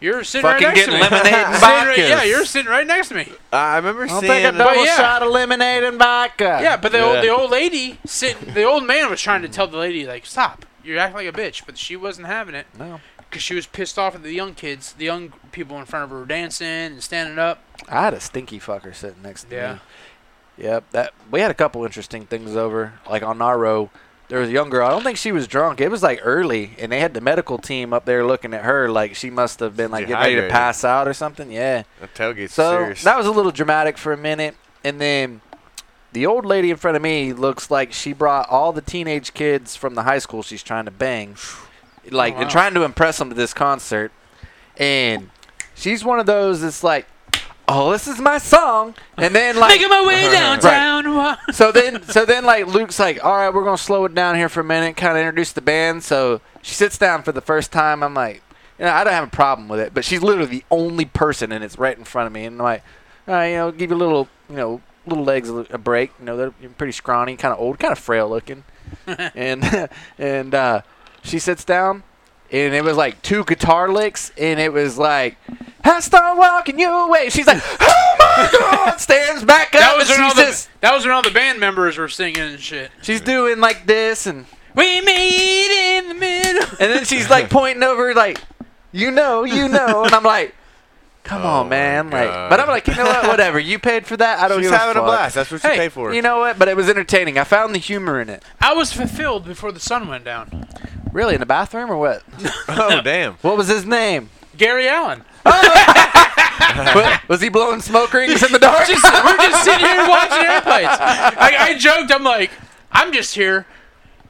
Speaker 2: You're sitting
Speaker 1: Fucking
Speaker 2: right next
Speaker 1: getting
Speaker 2: to me.
Speaker 1: lemonade and
Speaker 2: (laughs) Sitting right-
Speaker 1: vodkas.
Speaker 2: yeah, you're sitting right next to me.
Speaker 3: I remember
Speaker 1: I'll take
Speaker 3: seeing.
Speaker 1: a double
Speaker 2: yeah.
Speaker 1: shot of lemonade and vodka.
Speaker 2: Yeah, but the
Speaker 3: Yeah.
Speaker 2: old the old lady sitting, the old man was trying to tell the lady like, stop. You're acting like a bitch, but she wasn't having it.
Speaker 1: No,
Speaker 2: because she was pissed off at the young kids. The young people in front of her were dancing and standing up.
Speaker 1: I had a stinky fucker sitting next to
Speaker 2: Yeah.
Speaker 1: me. Yep. That we had a couple interesting things over. Like on our row, there was a young girl. I don't think she was drunk. It was like early, and they had the medical team up there looking at her like she must have been like getting ready to
Speaker 3: Dehydrated.
Speaker 1: pass out or something. Yeah.
Speaker 3: The tailgate's
Speaker 1: So
Speaker 3: serious.
Speaker 1: that was a little dramatic for a minute, and then the old lady in front of me looks like she brought all the teenage kids from the high school she's trying to bang, like
Speaker 2: wow.
Speaker 1: and trying to impress them to this concert, and she's one of those that's like, "Oh, this is my song," and then like
Speaker 2: Making my way downtown.
Speaker 1: so then so then like Luke's like, all right, we're gonna slow it down here for a minute, kind of introduce the band. So she sits down for the first time. I'm like, you know, I don't have a problem with it, but she's literally the only person, and it's right in front of me, and I'm like, all right, you know, give you a little, you know, little legs a, a break. You know, they're pretty scrawny, kind of old, kind of frail looking,
Speaker 2: (laughs)
Speaker 1: and (laughs) and uh, she sits down. And it was like two guitar licks, and it was like, "I start walking you away." She's like, "Oh my god!" Stands back up.
Speaker 2: That was
Speaker 1: and
Speaker 2: when all
Speaker 1: she's
Speaker 2: the
Speaker 1: just-
Speaker 2: that was when all the band members were singing and shit.
Speaker 1: She's doing like this, and
Speaker 2: We meet in the middle.
Speaker 1: and then she's
Speaker 3: (laughs)
Speaker 1: like pointing over, like, you know, you know, and I'm like, come on,
Speaker 3: Oh my
Speaker 1: man, like,
Speaker 3: God.
Speaker 1: but I'm like, you know what, whatever, you paid for that, I don't
Speaker 3: She's
Speaker 1: give
Speaker 3: having a
Speaker 1: fuck.
Speaker 3: blast. That's what she
Speaker 2: Hey,
Speaker 3: paid for.
Speaker 1: You know what? But it was entertaining. I found the humor in it.
Speaker 2: I was fulfilled before the sun went down.
Speaker 1: Really, in the bathroom or what?
Speaker 3: (laughs) oh damn!
Speaker 1: What was his
Speaker 3: (laughs)
Speaker 1: name?
Speaker 2: Gary Allen.
Speaker 1: What- was he blowing smoke rings in the
Speaker 3: (laughs)
Speaker 1: dark?
Speaker 2: Just- we're just sitting here watching airplanes. I, I joked. I'm like, I'm just here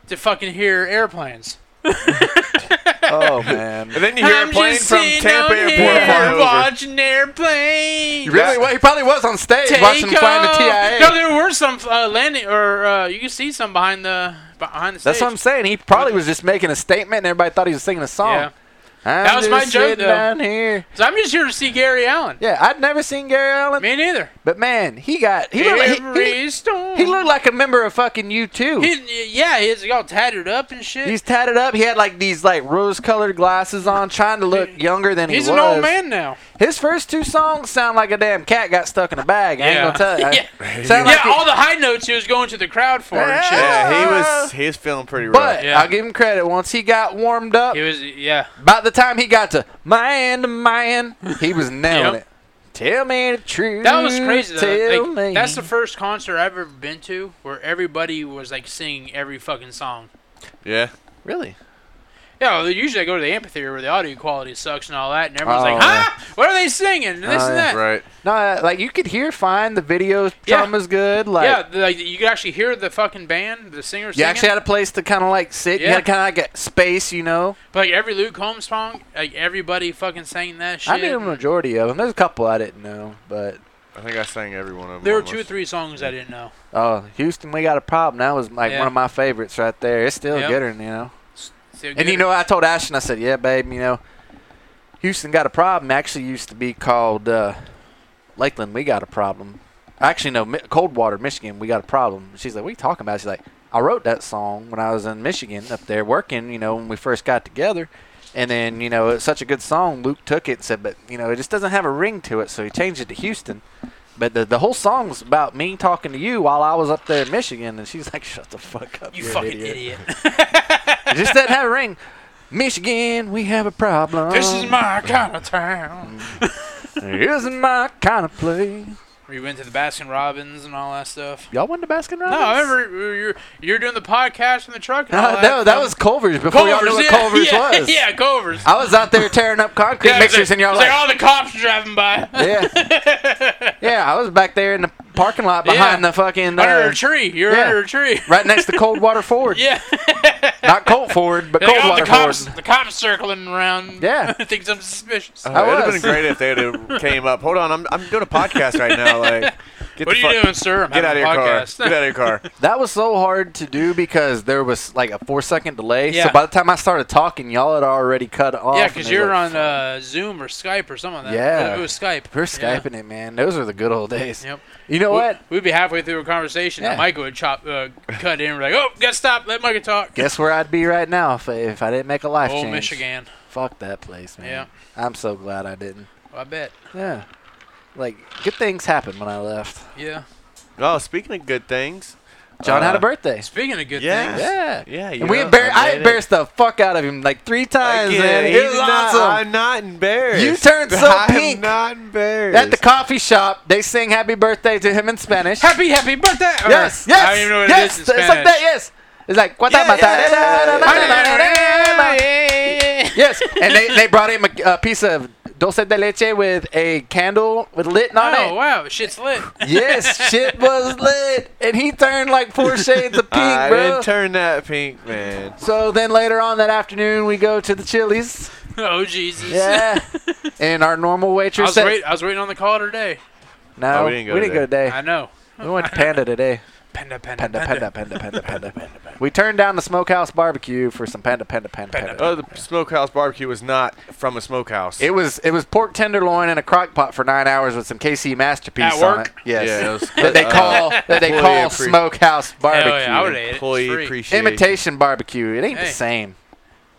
Speaker 2: to fucking hear airplanes.
Speaker 1: oh man.
Speaker 3: And then you hear
Speaker 2: I'm
Speaker 3: a plane
Speaker 2: just
Speaker 3: from
Speaker 2: sitting
Speaker 3: Tampa
Speaker 2: out
Speaker 3: Airport fly
Speaker 2: here
Speaker 3: over.
Speaker 2: watching airplanes.
Speaker 1: Really? Well, he probably was on stage watching him flying the
Speaker 2: off.
Speaker 1: TIA.
Speaker 2: No, there were some uh, landing, or uh, you can see some behind the behind the stage.
Speaker 1: That's what I'm saying. He probably was just making a statement, and everybody thought he was singing a song.
Speaker 2: Yeah.
Speaker 1: I'm
Speaker 2: That was my
Speaker 1: just
Speaker 2: joke,
Speaker 1: sitting
Speaker 2: though.
Speaker 1: down here.
Speaker 2: So I'm just here to see Gary Allen.
Speaker 1: Yeah, I'd never seen Gary Allen.
Speaker 2: Me neither.
Speaker 1: But man, he got he looked, like,
Speaker 2: Every
Speaker 1: he, he,
Speaker 2: storm.
Speaker 1: he looked like a member of fucking U two.
Speaker 2: He- yeah, he's all tatted up and shit.
Speaker 1: He's tatted up. He had like these like rose colored glasses on, trying to look younger than he
Speaker 2: He's
Speaker 1: was.
Speaker 2: an old man now.
Speaker 1: His first two songs sound like a damn cat got stuck in a bag. I
Speaker 2: Yeah.
Speaker 1: ain't gonna tell you.
Speaker 2: (laughs) Yeah.
Speaker 1: Sound like
Speaker 2: yeah,
Speaker 1: he-
Speaker 2: all the high notes he was going to the crowd for and shit.
Speaker 3: Yeah, he was. He was feeling pretty rough.
Speaker 1: but
Speaker 2: Yeah.
Speaker 1: I'll give him credit. Once he got warmed up,
Speaker 2: He was yeah.
Speaker 1: by the time he got to man to man, he
Speaker 2: (laughs)
Speaker 1: was nailing
Speaker 2: Yep.
Speaker 1: it. Tell me the truth.
Speaker 2: That was crazy though.
Speaker 1: Mm, Tell
Speaker 2: Like,
Speaker 1: me.
Speaker 2: that's the first concert I've ever been to where everybody was like singing every fucking song.
Speaker 3: Yeah.
Speaker 1: really.
Speaker 2: Yeah, well, usually I go to the amphitheater where the audio quality sucks and all that, and everyone's
Speaker 1: Oh,
Speaker 2: like,
Speaker 1: yeah.
Speaker 2: "Huh? What are they singing?" And this
Speaker 1: Oh,
Speaker 2: and
Speaker 1: yeah.
Speaker 2: that.
Speaker 3: Right.
Speaker 1: No, uh, like you could hear fine. The video
Speaker 2: Yeah.
Speaker 1: drama's good. Like
Speaker 2: yeah, the- like you could actually hear the fucking band, the singer
Speaker 1: You
Speaker 2: singing.
Speaker 1: actually had a place to kind of like sit. You
Speaker 2: Yeah.
Speaker 1: had kind of like a space, you know.
Speaker 2: but, like every Luke Combs song, like everybody fucking sang that shit.
Speaker 1: I knew the majority of them. There's a couple I didn't know, but
Speaker 3: I think I sang every one of them.
Speaker 2: there were
Speaker 3: almost.
Speaker 2: two or three songs I didn't know.
Speaker 1: oh, Houston, we got a problem. That was like
Speaker 2: Yeah.
Speaker 1: one of my favorites right there. It's still
Speaker 2: Yep.
Speaker 1: gooder, you know.
Speaker 2: So
Speaker 1: And you know, I told Ashton, I said, "Yeah, babe, you know, Houston got a problem." Actually, used to be called uh, Lakeland. We got a problem. Actually, no, Mi- Coldwater, Michigan. We got a problem. She's like, "What are you talking about?" She's like, "I wrote that song when I was in Michigan up there working. You know, when we first got together." And then you know it's such a good song. Luke took it and said, "But you know it just doesn't have a ring to it, so he changed it to Houston." But the, the whole song was about me talking to you while I was up there in Michigan, and she's like, "Shut the fuck up,
Speaker 2: You
Speaker 1: are
Speaker 2: fucking
Speaker 1: an idiot."
Speaker 2: idiot.
Speaker 1: It just doesn't have a ring. Michigan, we have a problem.
Speaker 2: this is my kind of town.
Speaker 1: This is my kind of place.
Speaker 2: Where you went to the Baskin Robbins and all that stuff.
Speaker 1: Y'all went to Baskin Robbins?
Speaker 2: No, I remember you- you you were doing the podcast in the truck. And all
Speaker 1: Uh,
Speaker 2: that.
Speaker 1: no, that was Culver's before y'all knew what
Speaker 2: yeah,
Speaker 1: Culver's
Speaker 2: yeah,
Speaker 1: was.
Speaker 2: Yeah, Culver's.
Speaker 1: I was out there tearing up concrete
Speaker 2: Yeah, it was
Speaker 1: mixers,
Speaker 2: like-
Speaker 1: and y'all
Speaker 2: it
Speaker 1: were
Speaker 2: was like,
Speaker 1: like,
Speaker 2: all the cops
Speaker 1: (laughs)
Speaker 2: driving by
Speaker 1: yeah, yeah. I was back there in the parking lot behind
Speaker 2: "Ah." Yeah.
Speaker 1: the fucking
Speaker 2: under
Speaker 1: uh,
Speaker 2: a tree. You're
Speaker 1: yeah.
Speaker 2: under a tree.
Speaker 1: right next to Coldwater Ford.
Speaker 2: (laughs) Yeah,
Speaker 1: Not Colt Ford,
Speaker 2: (laughs)
Speaker 1: but
Speaker 2: Like, all the
Speaker 1: Coldwater
Speaker 2: cops,
Speaker 1: Ford.
Speaker 2: the cops circling around.
Speaker 1: Yeah.
Speaker 2: (laughs)
Speaker 1: Uh,
Speaker 2: thinks I'm suspicious.
Speaker 1: I
Speaker 3: Oh, it would have been
Speaker 1: was.
Speaker 3: great if
Speaker 2: (laughs)
Speaker 3: they would came up. Hold on, I'm, I'm doing a podcast right now. Like, get
Speaker 2: what are
Speaker 3: the
Speaker 2: you
Speaker 3: fuck-
Speaker 2: doing, sir? I'm
Speaker 3: Get out of
Speaker 2: having
Speaker 3: your
Speaker 2: a
Speaker 3: car.
Speaker 2: podcast.
Speaker 3: Get out of
Speaker 2: (laughs)
Speaker 3: your car.
Speaker 1: That was so hard to do because there was like a four second delay.
Speaker 2: Yeah.
Speaker 1: So by the time I started talking, y'all had already cut off.
Speaker 2: yeah,
Speaker 1: and
Speaker 2: because
Speaker 1: they
Speaker 2: you're
Speaker 1: were like,
Speaker 2: on uh, Zoom or Skype or something like that.
Speaker 1: Yeah.
Speaker 2: It was Skype.
Speaker 1: We're
Speaker 2: Yeah.
Speaker 1: skyping it, man. Those are the good old days.
Speaker 2: Yep.
Speaker 1: You know what?
Speaker 2: We'd be halfway through a conversation,
Speaker 1: Yeah.
Speaker 2: and Michael would chop, uh, cut in. We're like, "Oh, gotta stop. Let Michael talk."
Speaker 1: Guess where I'd be right now if, if I didn't make a life
Speaker 2: Oh,
Speaker 1: change.
Speaker 2: Michigan.
Speaker 1: Fuck that place, man.
Speaker 2: Yeah.
Speaker 1: I'm so glad I didn't.
Speaker 2: Well, I bet.
Speaker 1: Yeah. Like good things happened when I left.
Speaker 2: Yeah.
Speaker 3: Oh, speaking of good things,
Speaker 1: John had a
Speaker 3: Uh,
Speaker 1: birthday.
Speaker 2: Speaking of good
Speaker 3: Yeah.
Speaker 2: things,
Speaker 1: Yeah.
Speaker 3: yeah, you
Speaker 1: And we
Speaker 3: know,
Speaker 1: embar- I
Speaker 3: made it.
Speaker 1: embarrassed the fuck out of him like three times, man.
Speaker 3: Again,
Speaker 1: It was
Speaker 3: he's not-
Speaker 1: awesome.
Speaker 3: I'm not embarrassed.
Speaker 1: You turned so pink.
Speaker 3: I'm not embarrassed.
Speaker 1: At the coffee shop, they sing "Happy Birthday" to him in Spanish.
Speaker 2: happy happy birthday. Or-
Speaker 1: Yes, yes,
Speaker 2: I don't even know what
Speaker 1: yes.
Speaker 2: it
Speaker 1: it's
Speaker 2: is in Spanish.
Speaker 1: like that. Yes, it's like "Cuata mata-
Speaker 3: yeah, yeah, yeah.
Speaker 1: Yes, and they, they brought him a, a piece of dulce de leche with a candle with lit on
Speaker 2: Oh
Speaker 1: it.
Speaker 2: wow, shit's lit. (laughs)
Speaker 1: Yes, shit was lit, and he turned like four shades of pink,
Speaker 3: I
Speaker 1: bro.
Speaker 3: didn't turn that pink, man.
Speaker 1: so then later on that afternoon, we go to the Chili's.
Speaker 2: oh Jesus.
Speaker 1: Yeah, and our normal
Speaker 2: I
Speaker 1: waitress
Speaker 2: was,
Speaker 1: said,
Speaker 2: wait, I was waiting on the call today.
Speaker 1: "No,
Speaker 3: Oh,
Speaker 1: we didn't go today.
Speaker 2: I know.
Speaker 1: We went to Panda today.
Speaker 2: Panda, panda,
Speaker 1: Panda, panda, panda, panda, panda, panda. We turned down the smokehouse barbecue for some panda, panda, panda,
Speaker 2: Panda,
Speaker 1: panda.
Speaker 3: Oh, the smokehouse barbecue was not from a smokehouse.
Speaker 1: It was it was pork tenderloin in a crock pot for nine hours with some KC masterpiece
Speaker 2: At
Speaker 1: on it.
Speaker 2: work?
Speaker 1: Yes.
Speaker 3: Yeah, it
Speaker 1: (laughs)
Speaker 3: was-
Speaker 1: that they
Speaker 3: uh, (laughs)
Speaker 1: call that they
Speaker 3: employee
Speaker 1: call
Speaker 3: appre-
Speaker 1: smokehouse
Speaker 2: Hell
Speaker 1: barbecue.
Speaker 2: yeah, I would have it.
Speaker 3: employee
Speaker 2: It's free.
Speaker 3: appreciation.
Speaker 1: Imitation barbecue. It ain't the
Speaker 2: Hey.
Speaker 1: same.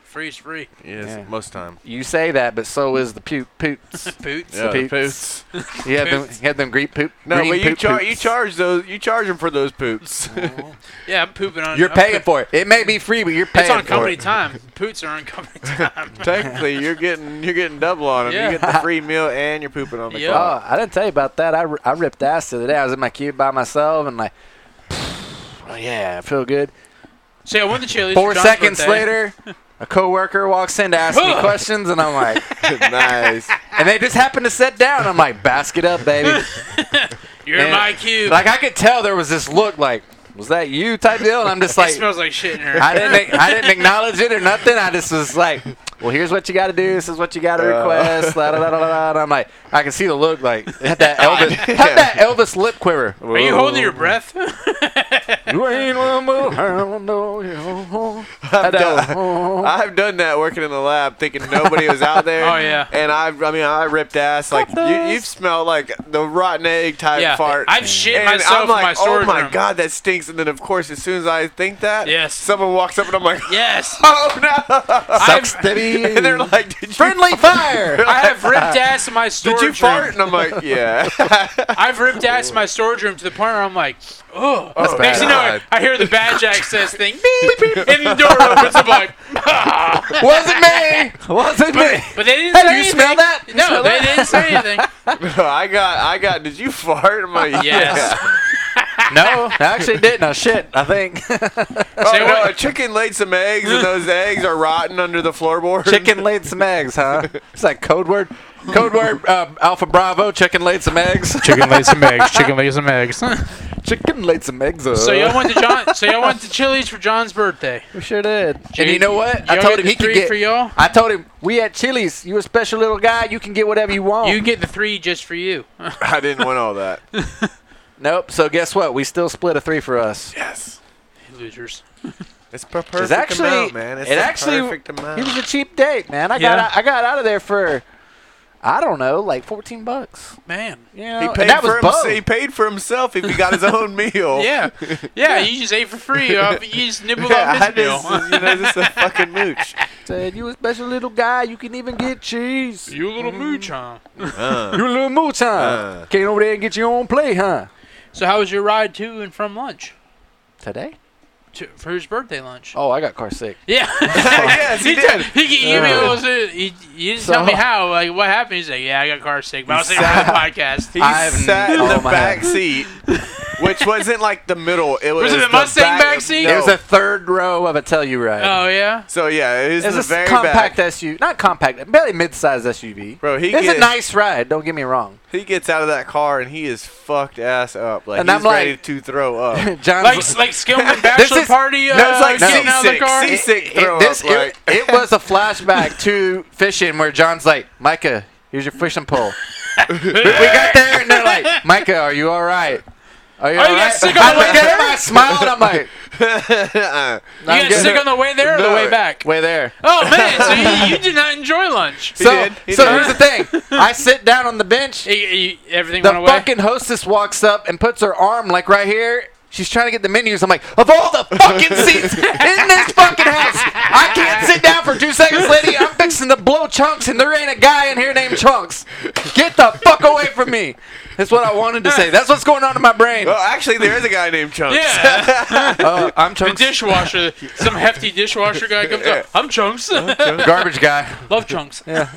Speaker 2: Free is free.
Speaker 3: Yes,
Speaker 1: Yeah.
Speaker 3: most time.
Speaker 1: You say that, but so is the poop
Speaker 2: (laughs)
Speaker 1: poots.
Speaker 2: Boots.
Speaker 1: Yeah.
Speaker 3: the
Speaker 1: peeps. (laughs)
Speaker 3: poops.
Speaker 1: You had them you had them Greek poop.
Speaker 3: No,
Speaker 1: green
Speaker 3: but you
Speaker 1: poop
Speaker 3: charge you
Speaker 1: poots.
Speaker 3: charge those you charge them for
Speaker 1: (laughs)
Speaker 3: those poops. (laughs)
Speaker 2: Yeah, I'm pooping on.
Speaker 1: You're
Speaker 2: I'm
Speaker 1: paying
Speaker 2: poop-
Speaker 1: for it. It may be free, but you're paying
Speaker 2: It's on
Speaker 1: for
Speaker 2: company
Speaker 1: it.
Speaker 2: time. Poots are
Speaker 1: (laughs)
Speaker 2: on company time.
Speaker 3: Technically, you're getting you're getting double on them.
Speaker 2: Yeah.
Speaker 3: You get the free meal and you're pooping on the
Speaker 2: (laughs) Yeah.
Speaker 3: clock.
Speaker 1: Oh, I didn't tell you about that. I, r- I ripped ass the other day. I was in my cube by myself and like, (sighs) oh yeah, I feel good.
Speaker 2: So yeah, I went to Chili's.
Speaker 1: Four
Speaker 2: for John's
Speaker 1: seconds
Speaker 2: birthday.
Speaker 1: later, a coworker walks in to ask
Speaker 2: (laughs)
Speaker 1: me questions, and I'm like, (laughs)
Speaker 3: nice.
Speaker 1: and they just happened to sit down. I'm like, basket up, baby.
Speaker 2: you're
Speaker 1: Man,
Speaker 2: my cube.
Speaker 1: Like I could tell there was this look, like, was that you type deal? And I'm (laughs) just
Speaker 2: it
Speaker 1: like,
Speaker 2: smells like shit in here.
Speaker 1: I didn't, I didn't acknowledge it or nothing. I just was like, well, here's what you got to do. This is what you got to
Speaker 3: Yeah.
Speaker 1: request. La, da, da, da, da. And I'm like, I can see the look, like, had (laughs) that Elvis,
Speaker 3: Yeah.
Speaker 1: had that Elvis lip quiver.
Speaker 2: Are you holding
Speaker 3: (laughs)
Speaker 1: Oh.
Speaker 2: your breath? (laughs)
Speaker 1: You ain't one more, I don't know you. (laughs)
Speaker 3: I've done, I've done that working in the lab, thinking nobody was out there.
Speaker 2: (laughs) Oh, yeah.
Speaker 3: And I, I mean, I ripped ass. Like you, you've smelled like the rotten egg type
Speaker 2: yeah,
Speaker 3: fart.
Speaker 2: I've shit
Speaker 3: and
Speaker 2: myself
Speaker 3: I'm like,
Speaker 2: in my
Speaker 3: oh
Speaker 2: storage
Speaker 3: my
Speaker 2: room.
Speaker 3: god, that stinks. And then of course, as soon as I think that,
Speaker 2: Yes.
Speaker 3: someone walks up and I'm like, (laughs)
Speaker 2: (laughs) Yes,
Speaker 3: oh
Speaker 2: (laughs)
Speaker 3: no.
Speaker 1: Sucks to be (laughs)
Speaker 3: and they're like, did you
Speaker 1: friendly fire. (laughs)
Speaker 2: I have ripped ass in my storage
Speaker 3: Did you
Speaker 2: room.
Speaker 3: fart? And I'm like, yeah. (laughs)
Speaker 2: I've ripped ass in my storage room to the point where I'm like, oh.
Speaker 1: That's
Speaker 2: Next thing you know, I,
Speaker 3: God.
Speaker 2: I hear the bad jack says
Speaker 1: (laughs)
Speaker 2: thing, beep, beep, and the door opens. I'm like, ah.
Speaker 1: Wasn't me. Wasn't me.
Speaker 2: but they
Speaker 1: (laughs)
Speaker 2: didn't
Speaker 1: Hey,
Speaker 2: say
Speaker 1: do you
Speaker 2: anything.
Speaker 1: smell that? You
Speaker 2: No,
Speaker 1: smell
Speaker 2: they
Speaker 1: that? (laughs)
Speaker 2: didn't say anything.
Speaker 3: I got, I got. Did you fart? I'm like,
Speaker 2: Yes.
Speaker 3: yeah.
Speaker 1: No, I actually didn't. I shit. I think
Speaker 3: Oh,
Speaker 2: (laughs) Say
Speaker 3: no,
Speaker 2: what?
Speaker 3: a chicken laid some eggs,
Speaker 2: (laughs)
Speaker 3: and those eggs are rotten under the floorboard.
Speaker 1: chicken laid some eggs, huh? It's like code word. Code word uh, Alpha Bravo. Chicken laid some eggs.
Speaker 2: Chicken laid some eggs. Chicken laid some (laughs) eggs. so
Speaker 1: (laughs) Chicken laid some eggs. Uh.
Speaker 2: y'all went to John. So y'all went to Chili's for John's birthday.
Speaker 1: We sure did. And
Speaker 2: Jay,
Speaker 1: you know what? I
Speaker 2: y'all
Speaker 1: told
Speaker 2: get
Speaker 1: him
Speaker 2: the
Speaker 1: he could
Speaker 2: three
Speaker 1: get.
Speaker 2: for y'all.
Speaker 1: I told him we at Chili's. You a special little guy. You can get whatever you want.
Speaker 2: You get the three just for you.
Speaker 3: (laughs)
Speaker 2: (laughs)
Speaker 3: I didn't want all that.
Speaker 1: nope. So guess what? We still split a three for us.
Speaker 3: Yes.
Speaker 2: Losers.
Speaker 3: It's per- perfect
Speaker 1: actually-
Speaker 3: amount, man. It's
Speaker 1: it
Speaker 3: the
Speaker 1: actually-
Speaker 3: perfect
Speaker 1: It
Speaker 3: amount.
Speaker 1: was a cheap date, man. I
Speaker 2: Yeah.
Speaker 1: got out, I got out of there for I don't know, like fourteen bucks.
Speaker 2: Man.
Speaker 1: Yeah,
Speaker 3: He
Speaker 1: and
Speaker 3: paid
Speaker 1: that
Speaker 3: for
Speaker 1: was both.
Speaker 3: himself. He paid for himself if he got
Speaker 1: (laughs)
Speaker 3: his own meal. (laughs)
Speaker 2: Yeah. yeah, You just ate for free. off- You just nibbled off
Speaker 3: I (laughs)
Speaker 2: his meal.
Speaker 3: just, you know, just a fucking mooch.
Speaker 1: Said you a special little guy. You can even get cheese.
Speaker 2: (laughs) You little mooch, huh?
Speaker 3: Uh,
Speaker 1: You a little mooch, huh?
Speaker 3: Uh.
Speaker 1: Came over there and get your own play, huh?
Speaker 2: So how was your ride to and from lunch?
Speaker 1: Today?
Speaker 2: To, for his birthday lunch.
Speaker 1: Oh, I got car sick.
Speaker 3: (laughs)
Speaker 2: Yeah.
Speaker 3: Oh, yes, he
Speaker 2: t-
Speaker 3: did. Uh.
Speaker 2: He, he, gave me a little- he, he didn't tell me
Speaker 1: So-
Speaker 2: how. Like, what happened? He's like, yeah, I got car sick. But I was like,
Speaker 3: Sad. (laughs)
Speaker 2: on the podcast.
Speaker 3: He
Speaker 1: I've-
Speaker 3: sat in
Speaker 1: oh
Speaker 3: the
Speaker 1: my
Speaker 3: back
Speaker 1: God.
Speaker 3: seat, which wasn't like the middle. It was,
Speaker 2: it the Mustang back
Speaker 3: of-
Speaker 2: seat?
Speaker 1: It
Speaker 3: No.
Speaker 1: was the third row of a Telluride.
Speaker 2: Oh, yeah?
Speaker 3: so yeah, it was
Speaker 1: It's
Speaker 3: the
Speaker 1: a
Speaker 3: very
Speaker 1: compact
Speaker 3: back.
Speaker 1: SUV, not compact, barely mid-sized SUV.
Speaker 3: Bro, he
Speaker 1: it's
Speaker 3: gets-
Speaker 1: a nice ride. Don't get me
Speaker 3: (laughs)
Speaker 1: wrong.
Speaker 3: He gets out of that car and he is fucked ass up. Like
Speaker 1: And
Speaker 3: he's
Speaker 1: I'm like-
Speaker 3: ready to throw
Speaker 1: (laughs)
Speaker 3: up.
Speaker 1: John's
Speaker 2: Like, like
Speaker 3: (laughs)
Speaker 2: Skillman Bachelor
Speaker 1: is-
Speaker 2: Party? Uh,
Speaker 3: no, it's like
Speaker 2: getting out of the
Speaker 3: seasick,
Speaker 2: car?
Speaker 3: seasick. sick throw
Speaker 1: this-
Speaker 3: up, like- (laughs)
Speaker 1: it was a flashback to fishing where John's like, Micah, here's your fishing
Speaker 3: (laughs)
Speaker 1: pole. we got there and they're like, Micah, are you all right? Are you
Speaker 2: Oh, you
Speaker 1: all
Speaker 2: got
Speaker 1: right?
Speaker 2: sick on
Speaker 1: I
Speaker 2: the way
Speaker 1: looked at
Speaker 2: there?
Speaker 1: him, I smiled, I'm like,
Speaker 3: Uh-uh.
Speaker 2: You
Speaker 1: I'm
Speaker 2: got
Speaker 1: good.
Speaker 2: sick on the way there or the
Speaker 3: No.
Speaker 2: way back?
Speaker 1: way there.
Speaker 2: Oh, man. So you, you did not enjoy
Speaker 3: (laughs)
Speaker 2: lunch.
Speaker 1: so
Speaker 3: did, (laughs) he
Speaker 1: so
Speaker 3: did.
Speaker 1: here's the thing. I sit down on the bench.
Speaker 2: You- you- everything
Speaker 1: The
Speaker 2: went away?
Speaker 1: fucking hostess walks up and puts her arm like right here. She's trying to get the menus. I'm like, of all the fucking seats in this fucking house, I can't sit down for two seconds, lady. I'm fixing to blow chunks, and there ain't a guy in here named Chunks. Get the fuck away from me. That's what I wanted to say. That's what's going on in my
Speaker 3: (laughs)
Speaker 1: brain.
Speaker 3: Well, actually, there is a guy named Chunks. (laughs)
Speaker 2: Yeah.
Speaker 1: Uh, I'm
Speaker 2: The
Speaker 1: Chunks,
Speaker 2: dishwasher. Some hefty dishwasher guy comes up. I'm Chunks.
Speaker 1: garbage guy. (laughs)
Speaker 2: Love Chunks.
Speaker 3: yeah,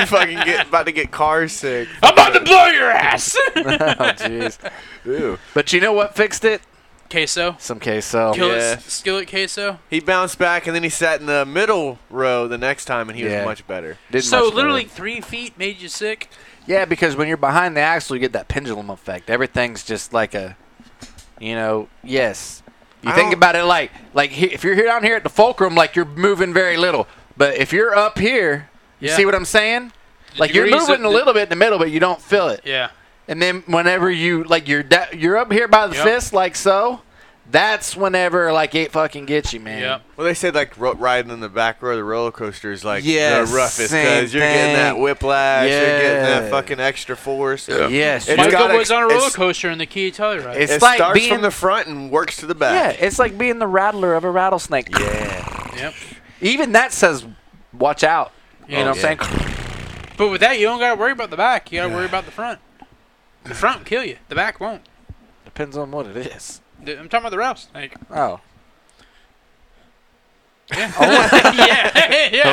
Speaker 3: he fucking get, about to get car sick.
Speaker 2: I'm about to blow your ass.
Speaker 1: Oh, jeez.
Speaker 3: Ew.
Speaker 1: But you know what fixed it?
Speaker 2: queso.
Speaker 1: Some queso.
Speaker 2: Kill
Speaker 3: Yeah.
Speaker 2: it, skillet queso.
Speaker 3: He bounced back and then he sat in the middle row the next time and he
Speaker 1: Yeah.
Speaker 3: was much better.
Speaker 1: Didn't
Speaker 2: So
Speaker 1: much better.
Speaker 2: literally three feet made you sick.
Speaker 1: Yeah, because when you're behind the axle, you get that pendulum effect. Everything's just like a, you know, yes. You
Speaker 3: I
Speaker 1: think
Speaker 3: don't-
Speaker 1: about it like like he- if you're here down here at the fulcrum, like you're moving very little. But if you're up here, you
Speaker 2: Yeah.
Speaker 1: see what I'm saying?
Speaker 2: The
Speaker 1: Like you're
Speaker 2: degrees
Speaker 1: moving a
Speaker 2: of-
Speaker 1: little bit in the middle, but you don't feel it.
Speaker 2: Yeah.
Speaker 1: And then whenever you like you're da- you're up here by the
Speaker 2: Yep.
Speaker 1: fist, like so, that's whenever like it fucking gets you, man.
Speaker 2: Yep.
Speaker 3: Well, they said like ro- riding in the back row of the roller coaster is like
Speaker 1: Yes,
Speaker 3: the roughest
Speaker 1: same
Speaker 3: because you're getting that
Speaker 1: thing.
Speaker 3: whiplash, you're getting
Speaker 1: Yeah.
Speaker 3: that fucking extra force.
Speaker 1: Yes.
Speaker 3: It's
Speaker 1: dude.
Speaker 3: got
Speaker 2: Michael was
Speaker 3: ex-
Speaker 2: on a roller
Speaker 3: it's-
Speaker 2: coaster in the Kia Telluride.
Speaker 1: It's
Speaker 3: it
Speaker 1: like
Speaker 3: starts
Speaker 1: being
Speaker 3: from the front and works to the
Speaker 1: yeah,
Speaker 3: back.
Speaker 1: it's like being the rattler of a rattlesnake.
Speaker 3: Yeah.
Speaker 2: yep.
Speaker 3: oh,
Speaker 1: Even that says, "Watch out." You
Speaker 2: Yeah.
Speaker 1: know what I'm saying?
Speaker 2: But with that, you don't gotta worry about the back. You gotta worry about the front. The front will kill you. The back won't.
Speaker 1: Depends on what it is.
Speaker 2: The- I'm talking about the rouse. Like,
Speaker 1: Oh,
Speaker 2: (laughs) yeah, (laughs) yeah.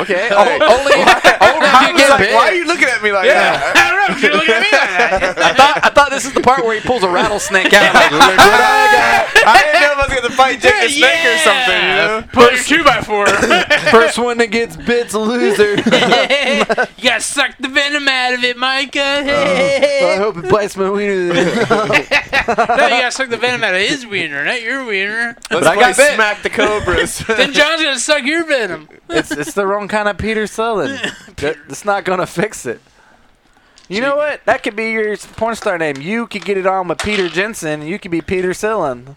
Speaker 1: (laughs) okay. O- only only if
Speaker 3: I
Speaker 1: you
Speaker 3: was
Speaker 1: get
Speaker 3: like,
Speaker 1: bit.
Speaker 3: why are you looking at me like
Speaker 2: (laughs)
Speaker 3: that? (laughs)
Speaker 2: I don't know. You're looking at me like that.
Speaker 1: I thought I thought this is the part where he pulls a rattlesnake out. (laughs) Like, look what I
Speaker 3: I didn't know if I was going to fight Jake the Snake or something, you
Speaker 2: Yeah.
Speaker 3: know?
Speaker 2: Put your two by four.
Speaker 3: (laughs)
Speaker 1: got. First one that gets bit's a (laughs) loser.
Speaker 2: you gotta suck the venom out of it,
Speaker 1: Uh-huh.
Speaker 2: Micah.
Speaker 1: I hope it bites my (laughs) wiener.
Speaker 2: no, you gotta suck the venom out of his wiener, not your wiener.
Speaker 3: Let's
Speaker 1: But I
Speaker 3: play
Speaker 1: got bit.
Speaker 3: Smack the Cobras.
Speaker 2: Then John's gonna suck your venom.
Speaker 1: it's it's the wrong kind of Peter Sullen. That- That's not gonna fix it. You know what? That could be your porn star name. You could get it on with Peter Jensen. and You could be Peter Sillen.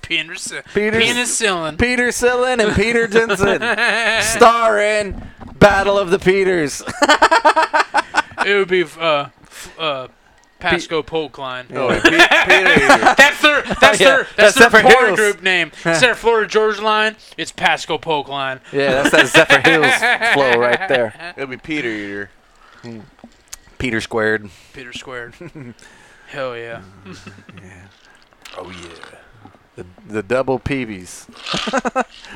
Speaker 2: Penis.
Speaker 1: Peter's-
Speaker 2: Penicillin.
Speaker 1: Peter Sillen and (laughs) Peter Jensen. starring Battle of the Peters.
Speaker 2: (laughs) it would be uh, f- uh, Pasco Polkline.
Speaker 3: (laughs) Oh, Pete- Peter.
Speaker 1: (laughs)
Speaker 2: That's their that's
Speaker 1: Yeah,
Speaker 2: their that's,
Speaker 1: that's
Speaker 2: their
Speaker 1: Zephyr
Speaker 2: porn
Speaker 1: Hills. (laughs)
Speaker 2: group name. Instead of Florida Georgia Line, it's Pasco Polk Line.
Speaker 1: Yeah, that's that Zephyr
Speaker 2: (laughs)
Speaker 1: Hills flow right there.
Speaker 3: It'll be Peter Eater.
Speaker 1: Peter squared. (laughs)
Speaker 2: Peter squared. Hell yeah.
Speaker 3: Oh, yeah.
Speaker 1: The, the double PBs.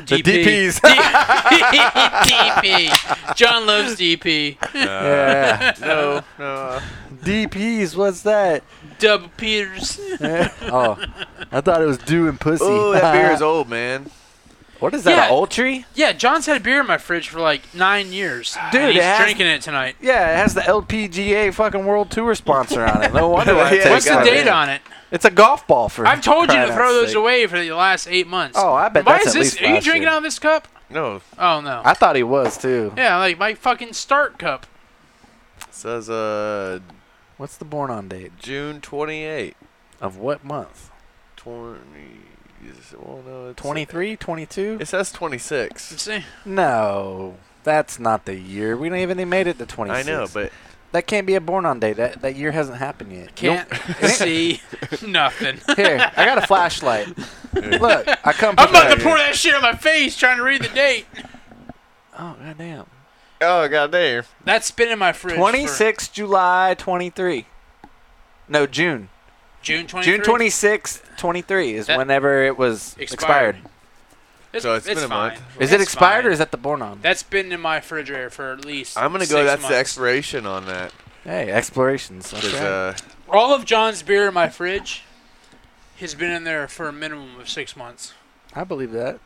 Speaker 1: The DPs.
Speaker 2: (laughs) DP. John loves DP.
Speaker 1: (laughs) yeah.
Speaker 3: No, no.
Speaker 1: DPs, what's that? (laughs)
Speaker 2: Double Peters.
Speaker 1: Yeah. Oh, I thought it was dew and pussy.
Speaker 3: Oh, that beer
Speaker 1: (laughs)
Speaker 3: is old, man.
Speaker 1: What is that,
Speaker 2: Yeah.
Speaker 1: an old tree?
Speaker 2: Yeah, John's had beer in my fridge for like
Speaker 1: (sighs)
Speaker 2: nine years.
Speaker 1: Dude,
Speaker 2: and he's
Speaker 1: it has-
Speaker 2: drinking it tonight.
Speaker 1: Yeah, it has the LPGA fucking World Tour sponsor on it. (laughs) No wonder why
Speaker 3: Yeah,
Speaker 1: it's
Speaker 3: Hey,
Speaker 2: What's the
Speaker 3: God,
Speaker 2: date
Speaker 3: man.
Speaker 2: on it?
Speaker 1: It's a golf ball for
Speaker 2: I've told you
Speaker 1: crying
Speaker 2: to
Speaker 1: out
Speaker 2: throw those
Speaker 1: sake.
Speaker 2: away for the last eight months.
Speaker 1: Oh, I bet
Speaker 2: Why
Speaker 1: that's
Speaker 2: is
Speaker 1: at
Speaker 2: this?
Speaker 1: least
Speaker 2: Are you
Speaker 1: last
Speaker 2: drinking
Speaker 1: year.
Speaker 2: out of this cup?
Speaker 3: No,
Speaker 2: Oh no.
Speaker 1: I thought he was too.
Speaker 2: yeah, like my fucking start cup.
Speaker 3: says uh
Speaker 1: What's the born on date?
Speaker 3: June 28,
Speaker 1: Of what month?
Speaker 3: 20. Is it, well, no, it's,
Speaker 1: 23? 22?
Speaker 3: It says 26.
Speaker 2: eh, Let's see.
Speaker 1: No. That's not the year. We don't even made it to 26.
Speaker 3: I know, but
Speaker 1: that can't be a born on day. That that year hasn't happened yet. You
Speaker 2: Can't
Speaker 1: (laughs)
Speaker 2: see nothing.
Speaker 1: don't- Here, I got a
Speaker 3: (laughs)
Speaker 1: flashlight. Look, I come.
Speaker 2: I'm about to
Speaker 1: prepared.
Speaker 2: pour that shit on my face trying to read the date.
Speaker 1: Oh goddamn!
Speaker 3: oh goddamn,
Speaker 2: That's been in my fridge. for
Speaker 1: 26 July 23. No, June.
Speaker 2: June 23.
Speaker 1: June 26th, 23 is
Speaker 2: That-
Speaker 1: whenever it was expired.
Speaker 2: Expired. It's,
Speaker 3: So it's been a
Speaker 2: fine.
Speaker 3: month.
Speaker 1: Is it
Speaker 2: It's
Speaker 1: expired
Speaker 2: fine.
Speaker 1: or is that the born on?
Speaker 2: That's been in my refrigerator for at least.
Speaker 3: I'm gonna
Speaker 2: six
Speaker 3: go. That's the
Speaker 2: months.
Speaker 3: expiration on that.
Speaker 1: hey, explorations. That's
Speaker 3: 'cause,
Speaker 1: right.
Speaker 3: uh,
Speaker 2: All of John's beer in my fridge has been in there for a minimum of six months.
Speaker 1: I believe that.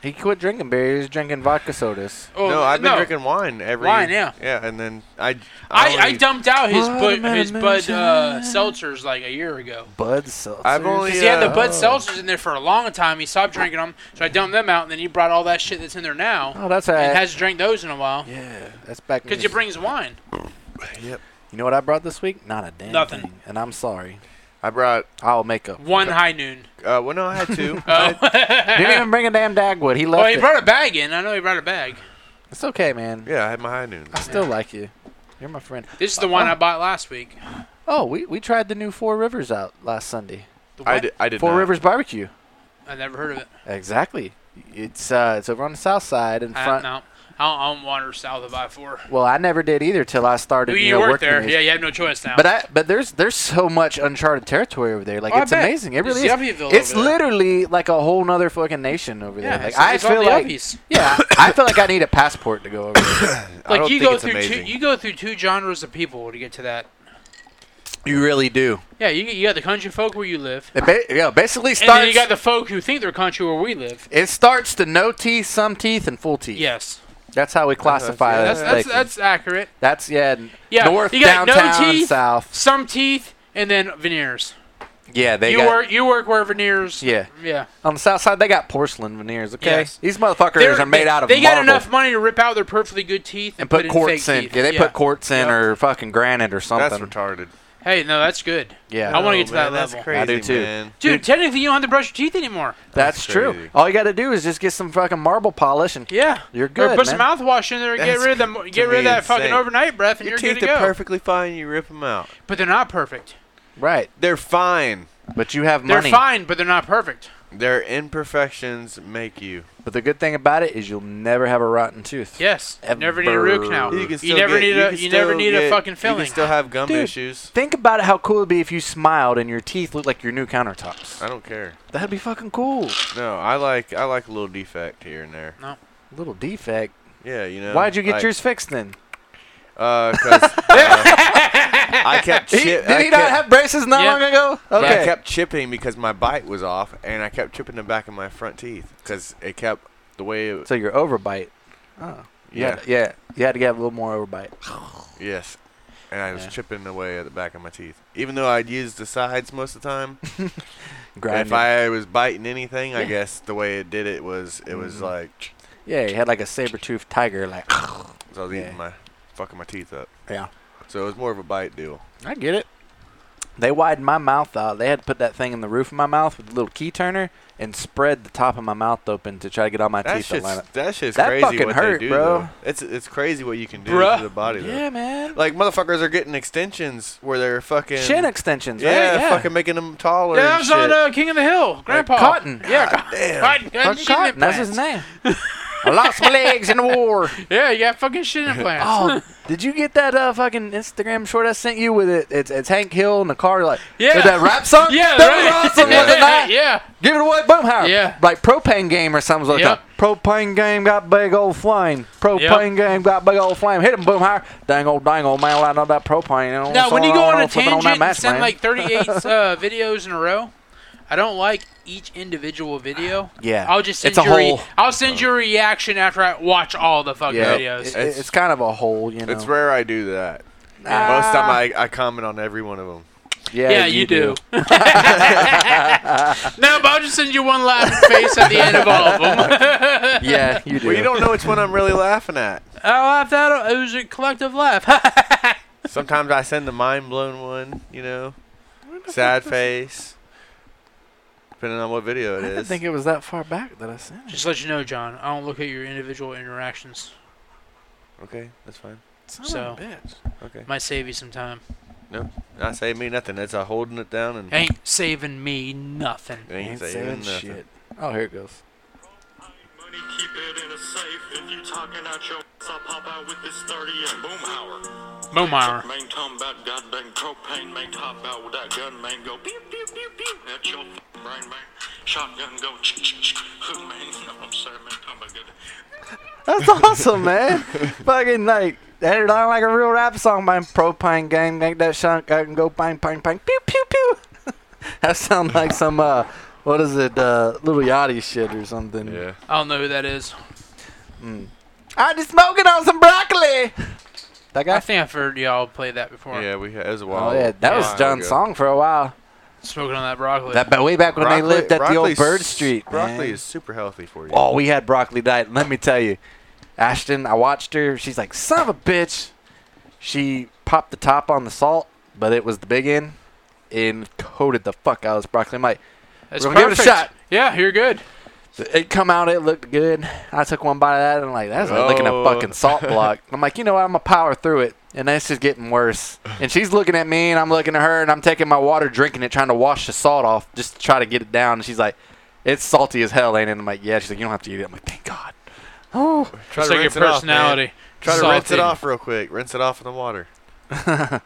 Speaker 1: He quit drinking beer. He was drinking vodka sodas.
Speaker 2: Oh,
Speaker 3: no, I've been drinking wine every.
Speaker 2: Wine, yeah.
Speaker 3: Yeah, and then I.
Speaker 2: I, I
Speaker 3: only-
Speaker 2: dumped out his bud,
Speaker 1: Watermelon
Speaker 2: his bud uh,
Speaker 1: moonshine.
Speaker 2: seltzers like a year ago.
Speaker 1: Bud seltzers.
Speaker 3: I've only, uh,
Speaker 2: 'Cause he had the
Speaker 3: Oh, Yeah.
Speaker 2: Bud seltzers in there for a long time. He stopped drinking them, so I dumped them out, and then he brought all that shit that's in there now
Speaker 1: Oh, that's all
Speaker 2: and
Speaker 1: right.
Speaker 2: hasn't drank those in a while.
Speaker 1: yeah, that's back. in
Speaker 2: Because
Speaker 1: his-
Speaker 2: you bring his wine.
Speaker 3: Yep.
Speaker 1: You know what I brought this week? Not a damn
Speaker 2: Nothing.
Speaker 1: thing. And I'm sorry.
Speaker 3: I brought.
Speaker 1: I'll make up.
Speaker 2: One high noon.
Speaker 3: Uh, well, no, I had (laughs) two.
Speaker 2: Oh,
Speaker 1: Didn't
Speaker 2: (laughs)
Speaker 1: even bring a damn Dagwood. He left
Speaker 2: oh he
Speaker 1: it.
Speaker 2: brought a bag in. I know he brought a bag.
Speaker 1: it's okay, man.
Speaker 3: yeah, I had my high noon.
Speaker 1: I still like you. You're my friend.
Speaker 2: This is the one
Speaker 1: Oh.
Speaker 2: I bought last week.
Speaker 1: Oh, we, we tried the new Four Rivers out last Sunday.
Speaker 2: The
Speaker 3: I
Speaker 2: what?
Speaker 3: did. I did
Speaker 1: Four
Speaker 3: not.
Speaker 1: Rivers Barbecue.
Speaker 2: I never heard of it.
Speaker 1: Exactly. It's uh it's over on the south side in
Speaker 2: I,
Speaker 1: front.
Speaker 2: no, I don't, I don't wander south of I four.
Speaker 1: Well, I never did either till I started.
Speaker 2: You,
Speaker 1: You,
Speaker 2: you
Speaker 1: know,
Speaker 2: work
Speaker 1: working
Speaker 2: there.
Speaker 1: these-
Speaker 2: Yeah, you have no choice now.
Speaker 1: But I but there's there's so much uncharted territory over there. Like
Speaker 2: Oh, I
Speaker 1: it's
Speaker 2: bet.
Speaker 1: amazing. It
Speaker 2: It's
Speaker 1: really is.
Speaker 2: Yuppie-ville
Speaker 1: It's
Speaker 2: over there.
Speaker 1: literally like a whole nother fucking nation over
Speaker 2: yeah,
Speaker 1: there. Like
Speaker 2: it's-
Speaker 1: I
Speaker 2: it's all
Speaker 1: feel
Speaker 2: the
Speaker 1: like
Speaker 2: yuppies.
Speaker 1: yeah, I feel like I need a passport to go over there.
Speaker 3: I don't
Speaker 2: Like you
Speaker 3: think
Speaker 2: go
Speaker 3: it's
Speaker 2: through
Speaker 3: amazing.
Speaker 2: two, you go through two genres of people to get to that.
Speaker 1: you really do.
Speaker 2: Yeah, you, you got the country folk where you live,
Speaker 1: It ba- yeah, basically
Speaker 2: and then
Speaker 1: starts
Speaker 2: you got the folk who think they're country where we live.
Speaker 1: it starts to no teeth, some teeth, and full teeth.
Speaker 2: Yes,
Speaker 1: That's how we classify
Speaker 3: yeah,
Speaker 1: it.
Speaker 2: that's that's,
Speaker 1: Thank you.
Speaker 2: that's accurate.
Speaker 1: That's, Uh, yeah, n-
Speaker 2: Yeah,
Speaker 1: north,
Speaker 2: you got no
Speaker 1: downtown,
Speaker 2: teeth.
Speaker 1: south.
Speaker 2: Some teeth and then veneers.
Speaker 1: Yeah, they
Speaker 2: you
Speaker 1: got
Speaker 2: work you work where veneers.
Speaker 1: yeah.
Speaker 2: yeah.
Speaker 1: On the south side, they got porcelain veneers. Okay,
Speaker 2: Yes.
Speaker 1: these motherfuckers
Speaker 2: They're-
Speaker 1: are made
Speaker 2: they,
Speaker 1: out of
Speaker 2: They
Speaker 1: marble
Speaker 2: got enough money to rip out their perfectly good teeth and,
Speaker 1: and put,
Speaker 2: in
Speaker 1: quartz
Speaker 2: fake
Speaker 1: in.
Speaker 2: teeth.
Speaker 1: Yeah, they put quartz in
Speaker 2: Yep.
Speaker 1: or fucking granite or something.
Speaker 3: That's retarded.
Speaker 2: Hey, no, that's good.
Speaker 1: yeah,
Speaker 2: I wanna get
Speaker 3: Oh,
Speaker 2: to that
Speaker 3: man, that's
Speaker 2: level.
Speaker 3: Crazy,
Speaker 1: I do too.
Speaker 3: man.
Speaker 2: Dude, technically you don't have to brush your teeth anymore.
Speaker 1: that's,
Speaker 3: That's
Speaker 1: true.
Speaker 3: crazy.
Speaker 1: All you got to do is just get some fucking marble polish and
Speaker 2: Yeah.
Speaker 1: you're
Speaker 2: or
Speaker 1: good,
Speaker 2: put
Speaker 1: man.
Speaker 2: some mouthwash in there and get
Speaker 3: That's
Speaker 2: rid
Speaker 1: (laughs)
Speaker 2: of them get
Speaker 3: me
Speaker 2: rid of that fucking
Speaker 3: insane.
Speaker 2: overnight breath and
Speaker 3: Your
Speaker 2: you're
Speaker 3: teeth
Speaker 2: good to
Speaker 3: are
Speaker 2: go.
Speaker 3: perfectly fine. You rip them out.
Speaker 2: But they're not perfect.
Speaker 1: Right,
Speaker 3: They're fine.
Speaker 1: but you have
Speaker 2: They're
Speaker 1: money.
Speaker 2: fine, but they're not perfect.
Speaker 3: Their imperfections make you.
Speaker 1: But the good thing about it is you'll never have a rotten tooth.
Speaker 2: Yes. You never need a root canal.
Speaker 1: Ever.
Speaker 2: You,
Speaker 1: You can
Speaker 2: never need a you never need a fucking
Speaker 3: You
Speaker 2: filling.
Speaker 3: can still have gum
Speaker 1: Dude.
Speaker 3: issues.
Speaker 1: Think about how cool it'd be if you smiled and your teeth looked like your new countertops.
Speaker 3: I don't care.
Speaker 1: That'd be fucking cool.
Speaker 3: No, I like I like a little defect here and there.
Speaker 1: Little defect.
Speaker 3: Yeah, you know.
Speaker 1: Why'd you get
Speaker 3: like,
Speaker 1: yours fixed then?
Speaker 3: Uh, 'cause, uh, I kept
Speaker 1: He- (laughs)
Speaker 3: chip-
Speaker 1: did
Speaker 3: I
Speaker 1: he not
Speaker 3: kept-
Speaker 1: have braces not
Speaker 2: Yeah.
Speaker 1: long ago?
Speaker 3: I
Speaker 1: Okay.
Speaker 3: kept chipping because my bite was off, and I kept chipping the back of my front teeth because it kept the way. It,
Speaker 1: So your overbite. Oh. You
Speaker 3: yeah.
Speaker 1: had- yeah. You had to get a little more overbite.
Speaker 3: Yes. And I was
Speaker 1: Yeah.
Speaker 3: chipping away at the back of my teeth, even though I'd use the sides most of the time.
Speaker 1: Grind
Speaker 3: If I was biting anything, I
Speaker 1: Yeah.
Speaker 3: guess the way it did it was it was
Speaker 1: Mhm.
Speaker 3: like
Speaker 1: Yeah, he had like a saber toothed tiger. Like, (clears throat)
Speaker 3: so I was
Speaker 1: Yeah.
Speaker 3: eating my fucking my teeth up.
Speaker 1: Yeah.
Speaker 3: So it was more of a bite deal.
Speaker 1: I get it. They widened my mouth out. They had to put that thing in the roof of my mouth with a little key turner and spread the top of my mouth open to try to get all my
Speaker 3: That
Speaker 1: teeth to
Speaker 3: shit's
Speaker 1: line up.
Speaker 3: that shit's
Speaker 1: That
Speaker 3: crazy
Speaker 1: fucking
Speaker 3: what
Speaker 1: hurt,
Speaker 3: they do.
Speaker 1: bro.
Speaker 3: though. It's it's crazy what you can do
Speaker 2: Bruh.
Speaker 3: to the body though.
Speaker 1: Yeah, man.
Speaker 3: Like motherfuckers are getting extensions where they're fucking
Speaker 1: Shin extensions, right?
Speaker 3: yeah, fucking making them taller.
Speaker 2: yeah, I
Speaker 3: and
Speaker 2: was
Speaker 3: shit.
Speaker 2: on uh, King of the Hill, Grandpa.
Speaker 1: Cotton.
Speaker 2: Yeah,
Speaker 3: God
Speaker 2: Cotton.
Speaker 3: damn.
Speaker 2: Cotton.
Speaker 1: Fucking
Speaker 2: Cotton.
Speaker 1: Cotton, That's his
Speaker 2: implants.
Speaker 1: name. I lost (laughs) my legs in the war.
Speaker 2: Yeah, you got fucking shit implants.
Speaker 1: (laughs) Oh, did you get that uh, fucking Instagram short I sent you with it? It's, it's Hank Hill in the car, like
Speaker 2: Yeah.
Speaker 1: with that rap song.
Speaker 2: (laughs) Yeah,
Speaker 1: that
Speaker 2: right.
Speaker 1: was
Speaker 2: (laughs)
Speaker 1: awesome, wasn't
Speaker 2: yeah,
Speaker 1: that?
Speaker 2: yeah.
Speaker 1: Give it away, Boomhauer.
Speaker 2: Yeah.
Speaker 1: like propane game or something like
Speaker 2: Yep.
Speaker 1: that. Propane game got big old flame. Propane game got big old flame. Hit him, Boomhauer. Dang old, dang old man, light up that propane. You know,
Speaker 2: Now, when you go
Speaker 1: so
Speaker 2: on a
Speaker 1: I'll flip it
Speaker 2: tangent
Speaker 1: that
Speaker 2: and
Speaker 1: match,
Speaker 2: send
Speaker 1: man. (laughs)
Speaker 2: like 38 uh, videos in a row, I don't like each individual video.
Speaker 1: yeah,
Speaker 2: I'll just send
Speaker 1: it's a
Speaker 2: you. a re-
Speaker 1: whole.
Speaker 2: I'll send you a reaction after I watch all the fucking
Speaker 1: Yeah,
Speaker 2: videos.
Speaker 1: it- it- it's kind of a whole, you know.
Speaker 3: It's rare I do that.
Speaker 1: Ah.
Speaker 3: Most time I, I comment on every one of them.
Speaker 1: yeah,
Speaker 2: yeah, you, do.
Speaker 1: (laughs)
Speaker 2: no, but I'll just send you one laughing face at the end of all of them.
Speaker 1: (laughs)
Speaker 2: (laughs) Oh,
Speaker 1: yeah, you do.
Speaker 3: Well, you don't know which one
Speaker 1: (laughs)
Speaker 3: I'm really laughing at.
Speaker 2: I laughed out. It was a collective laugh. (laughs)
Speaker 3: Sometimes I send the mind blown one, you know, sad face, depending on what video
Speaker 1: I
Speaker 3: it
Speaker 1: didn't
Speaker 3: is.
Speaker 1: think it was that far back that I sent it.
Speaker 2: just let you know, John. I don't look at your individual interactions.
Speaker 3: Okay, that's fine.
Speaker 1: Son
Speaker 2: So-
Speaker 1: of a bitch.
Speaker 3: Okay.
Speaker 2: Might save you some time.
Speaker 3: Not saving me nothing. That's uh, holding it down and
Speaker 2: Ain't saving me nothing.
Speaker 3: it ain't saving nothing.
Speaker 1: shit. Oh, here it goes.
Speaker 4: Money, keep it in a safe. If you talking out your ass, I'll pop out with this 30 and boomhauer.
Speaker 2: Momar.
Speaker 4: Main talking about goddamn propane, main top out with that gun, main go pew pew pew pew. That's your f- brain, man. Shotgun go ch ch ch. Who, man? (laughs) I'm sorry, man. Talking about good.
Speaker 1: That's awesome, man. (laughs) Fucking like that it on like a real rap song by Propane Gang. Make that shunk I can go bang bang bang pew pew pew. (laughs) that sounds like some uh what is it, uh little yachty shit or something.
Speaker 3: Yeah.
Speaker 2: I don't know who that is.
Speaker 1: I just smoking on some broccoli. That
Speaker 2: I
Speaker 1: guy
Speaker 2: think I've heard y'all play that before.
Speaker 3: Yeah, we had, it was a while.
Speaker 1: Oh yeah, that was
Speaker 3: while
Speaker 1: John's
Speaker 3: ago.
Speaker 1: song for a while.
Speaker 2: Smoking on that broccoli.
Speaker 1: That ba- way back when they
Speaker 3: Broccoli-
Speaker 1: lived at the old
Speaker 3: broccoli's-
Speaker 1: Bird Street.
Speaker 3: Broccoli
Speaker 1: man.
Speaker 3: is super healthy for you.
Speaker 1: Oh, we had broccoli diet. Let me tell you, Ashton, I watched her. She's like, son of a bitch. She popped the top on the salt, but it was the big end and coated the fuck out of this broccoli. I'm like,
Speaker 2: That's
Speaker 1: we're gonna give it a
Speaker 2: perfect. Yeah, you're good.
Speaker 1: it come out, it looked good. I took one bite of that and I'm like, that's like licking a
Speaker 3: Oh.
Speaker 1: fucking salt block. I'm like, you know what? I'm gonna power through it. And that's just getting worse. And she's looking at me and I'm looking at her and I'm taking my water, drinking it, trying to wash the salt off just to try to get it down. And she's like, it's salty as hell, ain't it? And I'm like, yeah. She's like, you don't have to eat it. I'm like, thank God. Oh,
Speaker 3: Try
Speaker 2: it's
Speaker 3: to
Speaker 2: like your
Speaker 3: rinse it off, man.
Speaker 2: personality.
Speaker 3: Try to rinse it
Speaker 2: Salty.
Speaker 3: off real quick. Rinse it off in the water.
Speaker 1: (laughs)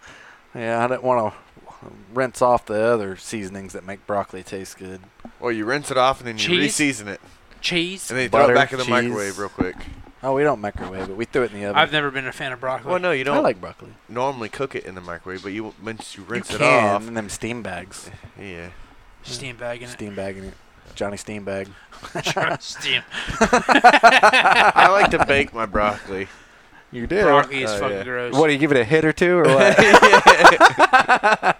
Speaker 1: Yeah, I didn't want to rinse off the other seasonings that make broccoli taste good.
Speaker 3: Or you rinse it off and then you
Speaker 2: Cheese?
Speaker 3: reseason it.
Speaker 2: Cheese.
Speaker 3: And then you throw
Speaker 1: Butter,
Speaker 3: it back in the
Speaker 1: cheese.
Speaker 3: microwave real quick.
Speaker 1: Oh, we don't microwave it. We threw it in the oven.
Speaker 2: I've never been a fan of broccoli.
Speaker 3: Well, no, you
Speaker 1: I
Speaker 3: don't
Speaker 1: like broccoli.
Speaker 3: normally cook it in the microwave, but you once you rinse
Speaker 1: you
Speaker 3: it
Speaker 1: can
Speaker 3: off.
Speaker 1: in them steam bags.
Speaker 3: Yeah.
Speaker 2: Steam bagging it.
Speaker 1: Steam bagging it. Johnny Steam Bag.
Speaker 2: (laughs) Steam.
Speaker 3: I like to bake my broccoli.
Speaker 1: You did.
Speaker 2: Broccoli is
Speaker 3: Oh,
Speaker 2: fucking
Speaker 3: yeah.
Speaker 2: gross.
Speaker 1: What do you give it a hit or two (laughs) or what?
Speaker 3: I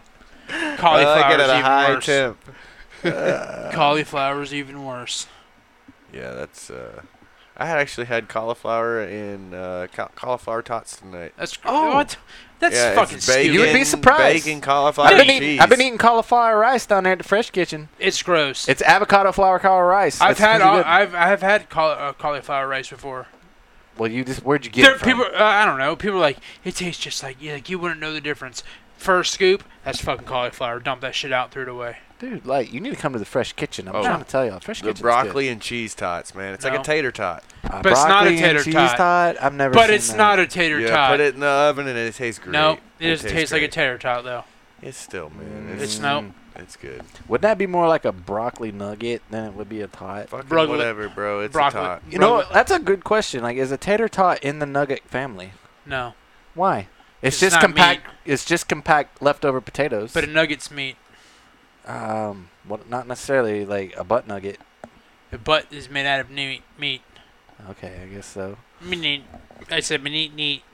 Speaker 2: Cauliflower's
Speaker 3: like it at a
Speaker 2: even
Speaker 3: high
Speaker 2: worse.
Speaker 3: temp.
Speaker 2: Cauliflower's even worse.
Speaker 3: Yeah, that's. Uh, I had actually had cauliflower and uh, ca- cauliflower tots tonight.
Speaker 2: That's
Speaker 1: Oh.
Speaker 2: what? That's
Speaker 3: yeah,
Speaker 2: fucking
Speaker 3: it's bacon,
Speaker 2: stupid.
Speaker 1: You would be surprised.
Speaker 3: Bacon, cauliflower,
Speaker 1: I've been,
Speaker 3: cheese.
Speaker 1: eating, I've been eating cauliflower rice down there at the fresh kitchen.
Speaker 2: It's gross.
Speaker 1: It's avocado flour cauliflower rice.
Speaker 2: I've
Speaker 1: It's
Speaker 2: had
Speaker 1: pretty
Speaker 2: all,
Speaker 1: good.
Speaker 2: I've I've had cauli- uh, cauliflower rice before.
Speaker 1: well, you just where'd you get
Speaker 2: There,
Speaker 1: it from?
Speaker 2: people, uh, I don't know. People are like it tastes just like you. Like you wouldn't know the difference. First scoop, that's fucking cauliflower. Dump that shit out, threw it away.
Speaker 1: Dude, like you need to come to the fresh kitchen. I'm
Speaker 3: Oh.
Speaker 1: trying to tell y'all, fresh
Speaker 3: The
Speaker 1: kitchen.
Speaker 3: broccoli and cheese tots, man. It's like
Speaker 2: No.
Speaker 3: a tater tot.
Speaker 1: uh,
Speaker 2: but it's not a
Speaker 1: broccoli and
Speaker 2: tater
Speaker 1: cheese
Speaker 2: tot.
Speaker 1: I've never.
Speaker 2: But
Speaker 1: seen
Speaker 2: it's
Speaker 1: that.
Speaker 2: not a tater
Speaker 3: yeah,
Speaker 2: tot.
Speaker 3: put it in the oven and it tastes great.
Speaker 2: no, it doesn't
Speaker 3: tastes
Speaker 2: taste like a
Speaker 3: great.
Speaker 2: tater tot though.
Speaker 3: It's still, man.
Speaker 1: Mm.
Speaker 3: It's,
Speaker 2: It's
Speaker 3: it's,
Speaker 2: no.
Speaker 3: good.
Speaker 1: Wouldn't that be more like a broccoli nugget than it would be a tot?
Speaker 3: Fucking
Speaker 2: Bruglet-
Speaker 3: whatever, bro. It's
Speaker 2: broccoli.
Speaker 3: a tot.
Speaker 1: You know,
Speaker 2: Bruglet-
Speaker 1: what? that's a good question. Like, is a tater tot in the nugget family?
Speaker 2: No,
Speaker 1: Why? It's,
Speaker 2: It's
Speaker 1: just
Speaker 2: not
Speaker 1: compact. It's just compact leftover potatoes.
Speaker 2: but a nugget's meat.
Speaker 1: um, what? Not necessarily like a butt nugget.
Speaker 2: The butt is made out of meat. Meat.
Speaker 1: Okay, I guess (laughs) so.
Speaker 2: Meat. I said meat. Meat.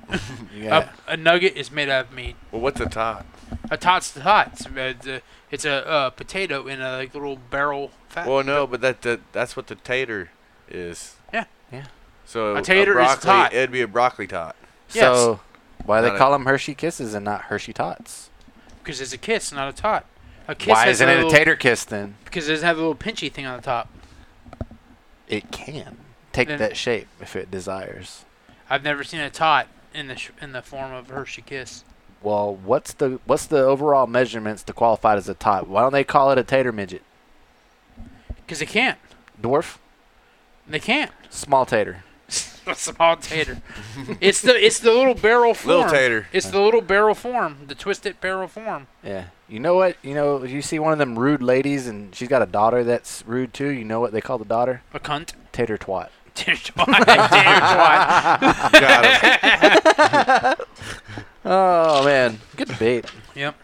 Speaker 1: Yeah.
Speaker 2: A, a nugget is made out of meat.
Speaker 3: Well, what's a tot?
Speaker 2: A tot's the tot. It's a, it's a, it's a uh, potato in a like, little barrel. Fat.
Speaker 3: Well, no, but that, that that's what the tater is.
Speaker 2: Yeah.
Speaker 1: Yeah.
Speaker 3: So
Speaker 2: A tater is a
Speaker 3: broccoli,
Speaker 2: tot.
Speaker 3: It'd be a broccoli tot.
Speaker 2: yes.
Speaker 1: So, why they
Speaker 3: Not a-
Speaker 1: call them Hershey Kisses and not Hershey Tots?
Speaker 2: Because it's a kiss, not a tot. A kiss
Speaker 1: Why
Speaker 2: has
Speaker 1: isn't
Speaker 2: a
Speaker 1: it a
Speaker 2: little,
Speaker 1: tater kiss then?
Speaker 2: Because it doesn't have a little pinchy thing on the top.
Speaker 1: It can take
Speaker 2: Then-
Speaker 1: that shape if it desires.
Speaker 2: I've never seen a tot in the sh- in the form of Hershey Kiss.
Speaker 1: Well, what's the what's the overall measurements to qualify it as a tot? Why don't they call it a tater midget?
Speaker 2: Because they can't.
Speaker 1: Dwarf,
Speaker 2: They can't.
Speaker 1: small tater.
Speaker 2: (laughs) Small tater. it's the it's the little barrel form.
Speaker 3: Little tater.
Speaker 2: It's the little barrel form, the twisted barrel form.
Speaker 1: Yeah. You know what? You know, if you see one of them rude ladies and she's got a daughter that's rude too, you know what they call the daughter?
Speaker 2: A cunt. (laughs)
Speaker 1: Tater twat.
Speaker 2: Tater twat. Tater twat.
Speaker 3: Got it.
Speaker 2: (laughs)
Speaker 1: Oh man, good debate.
Speaker 2: Yep.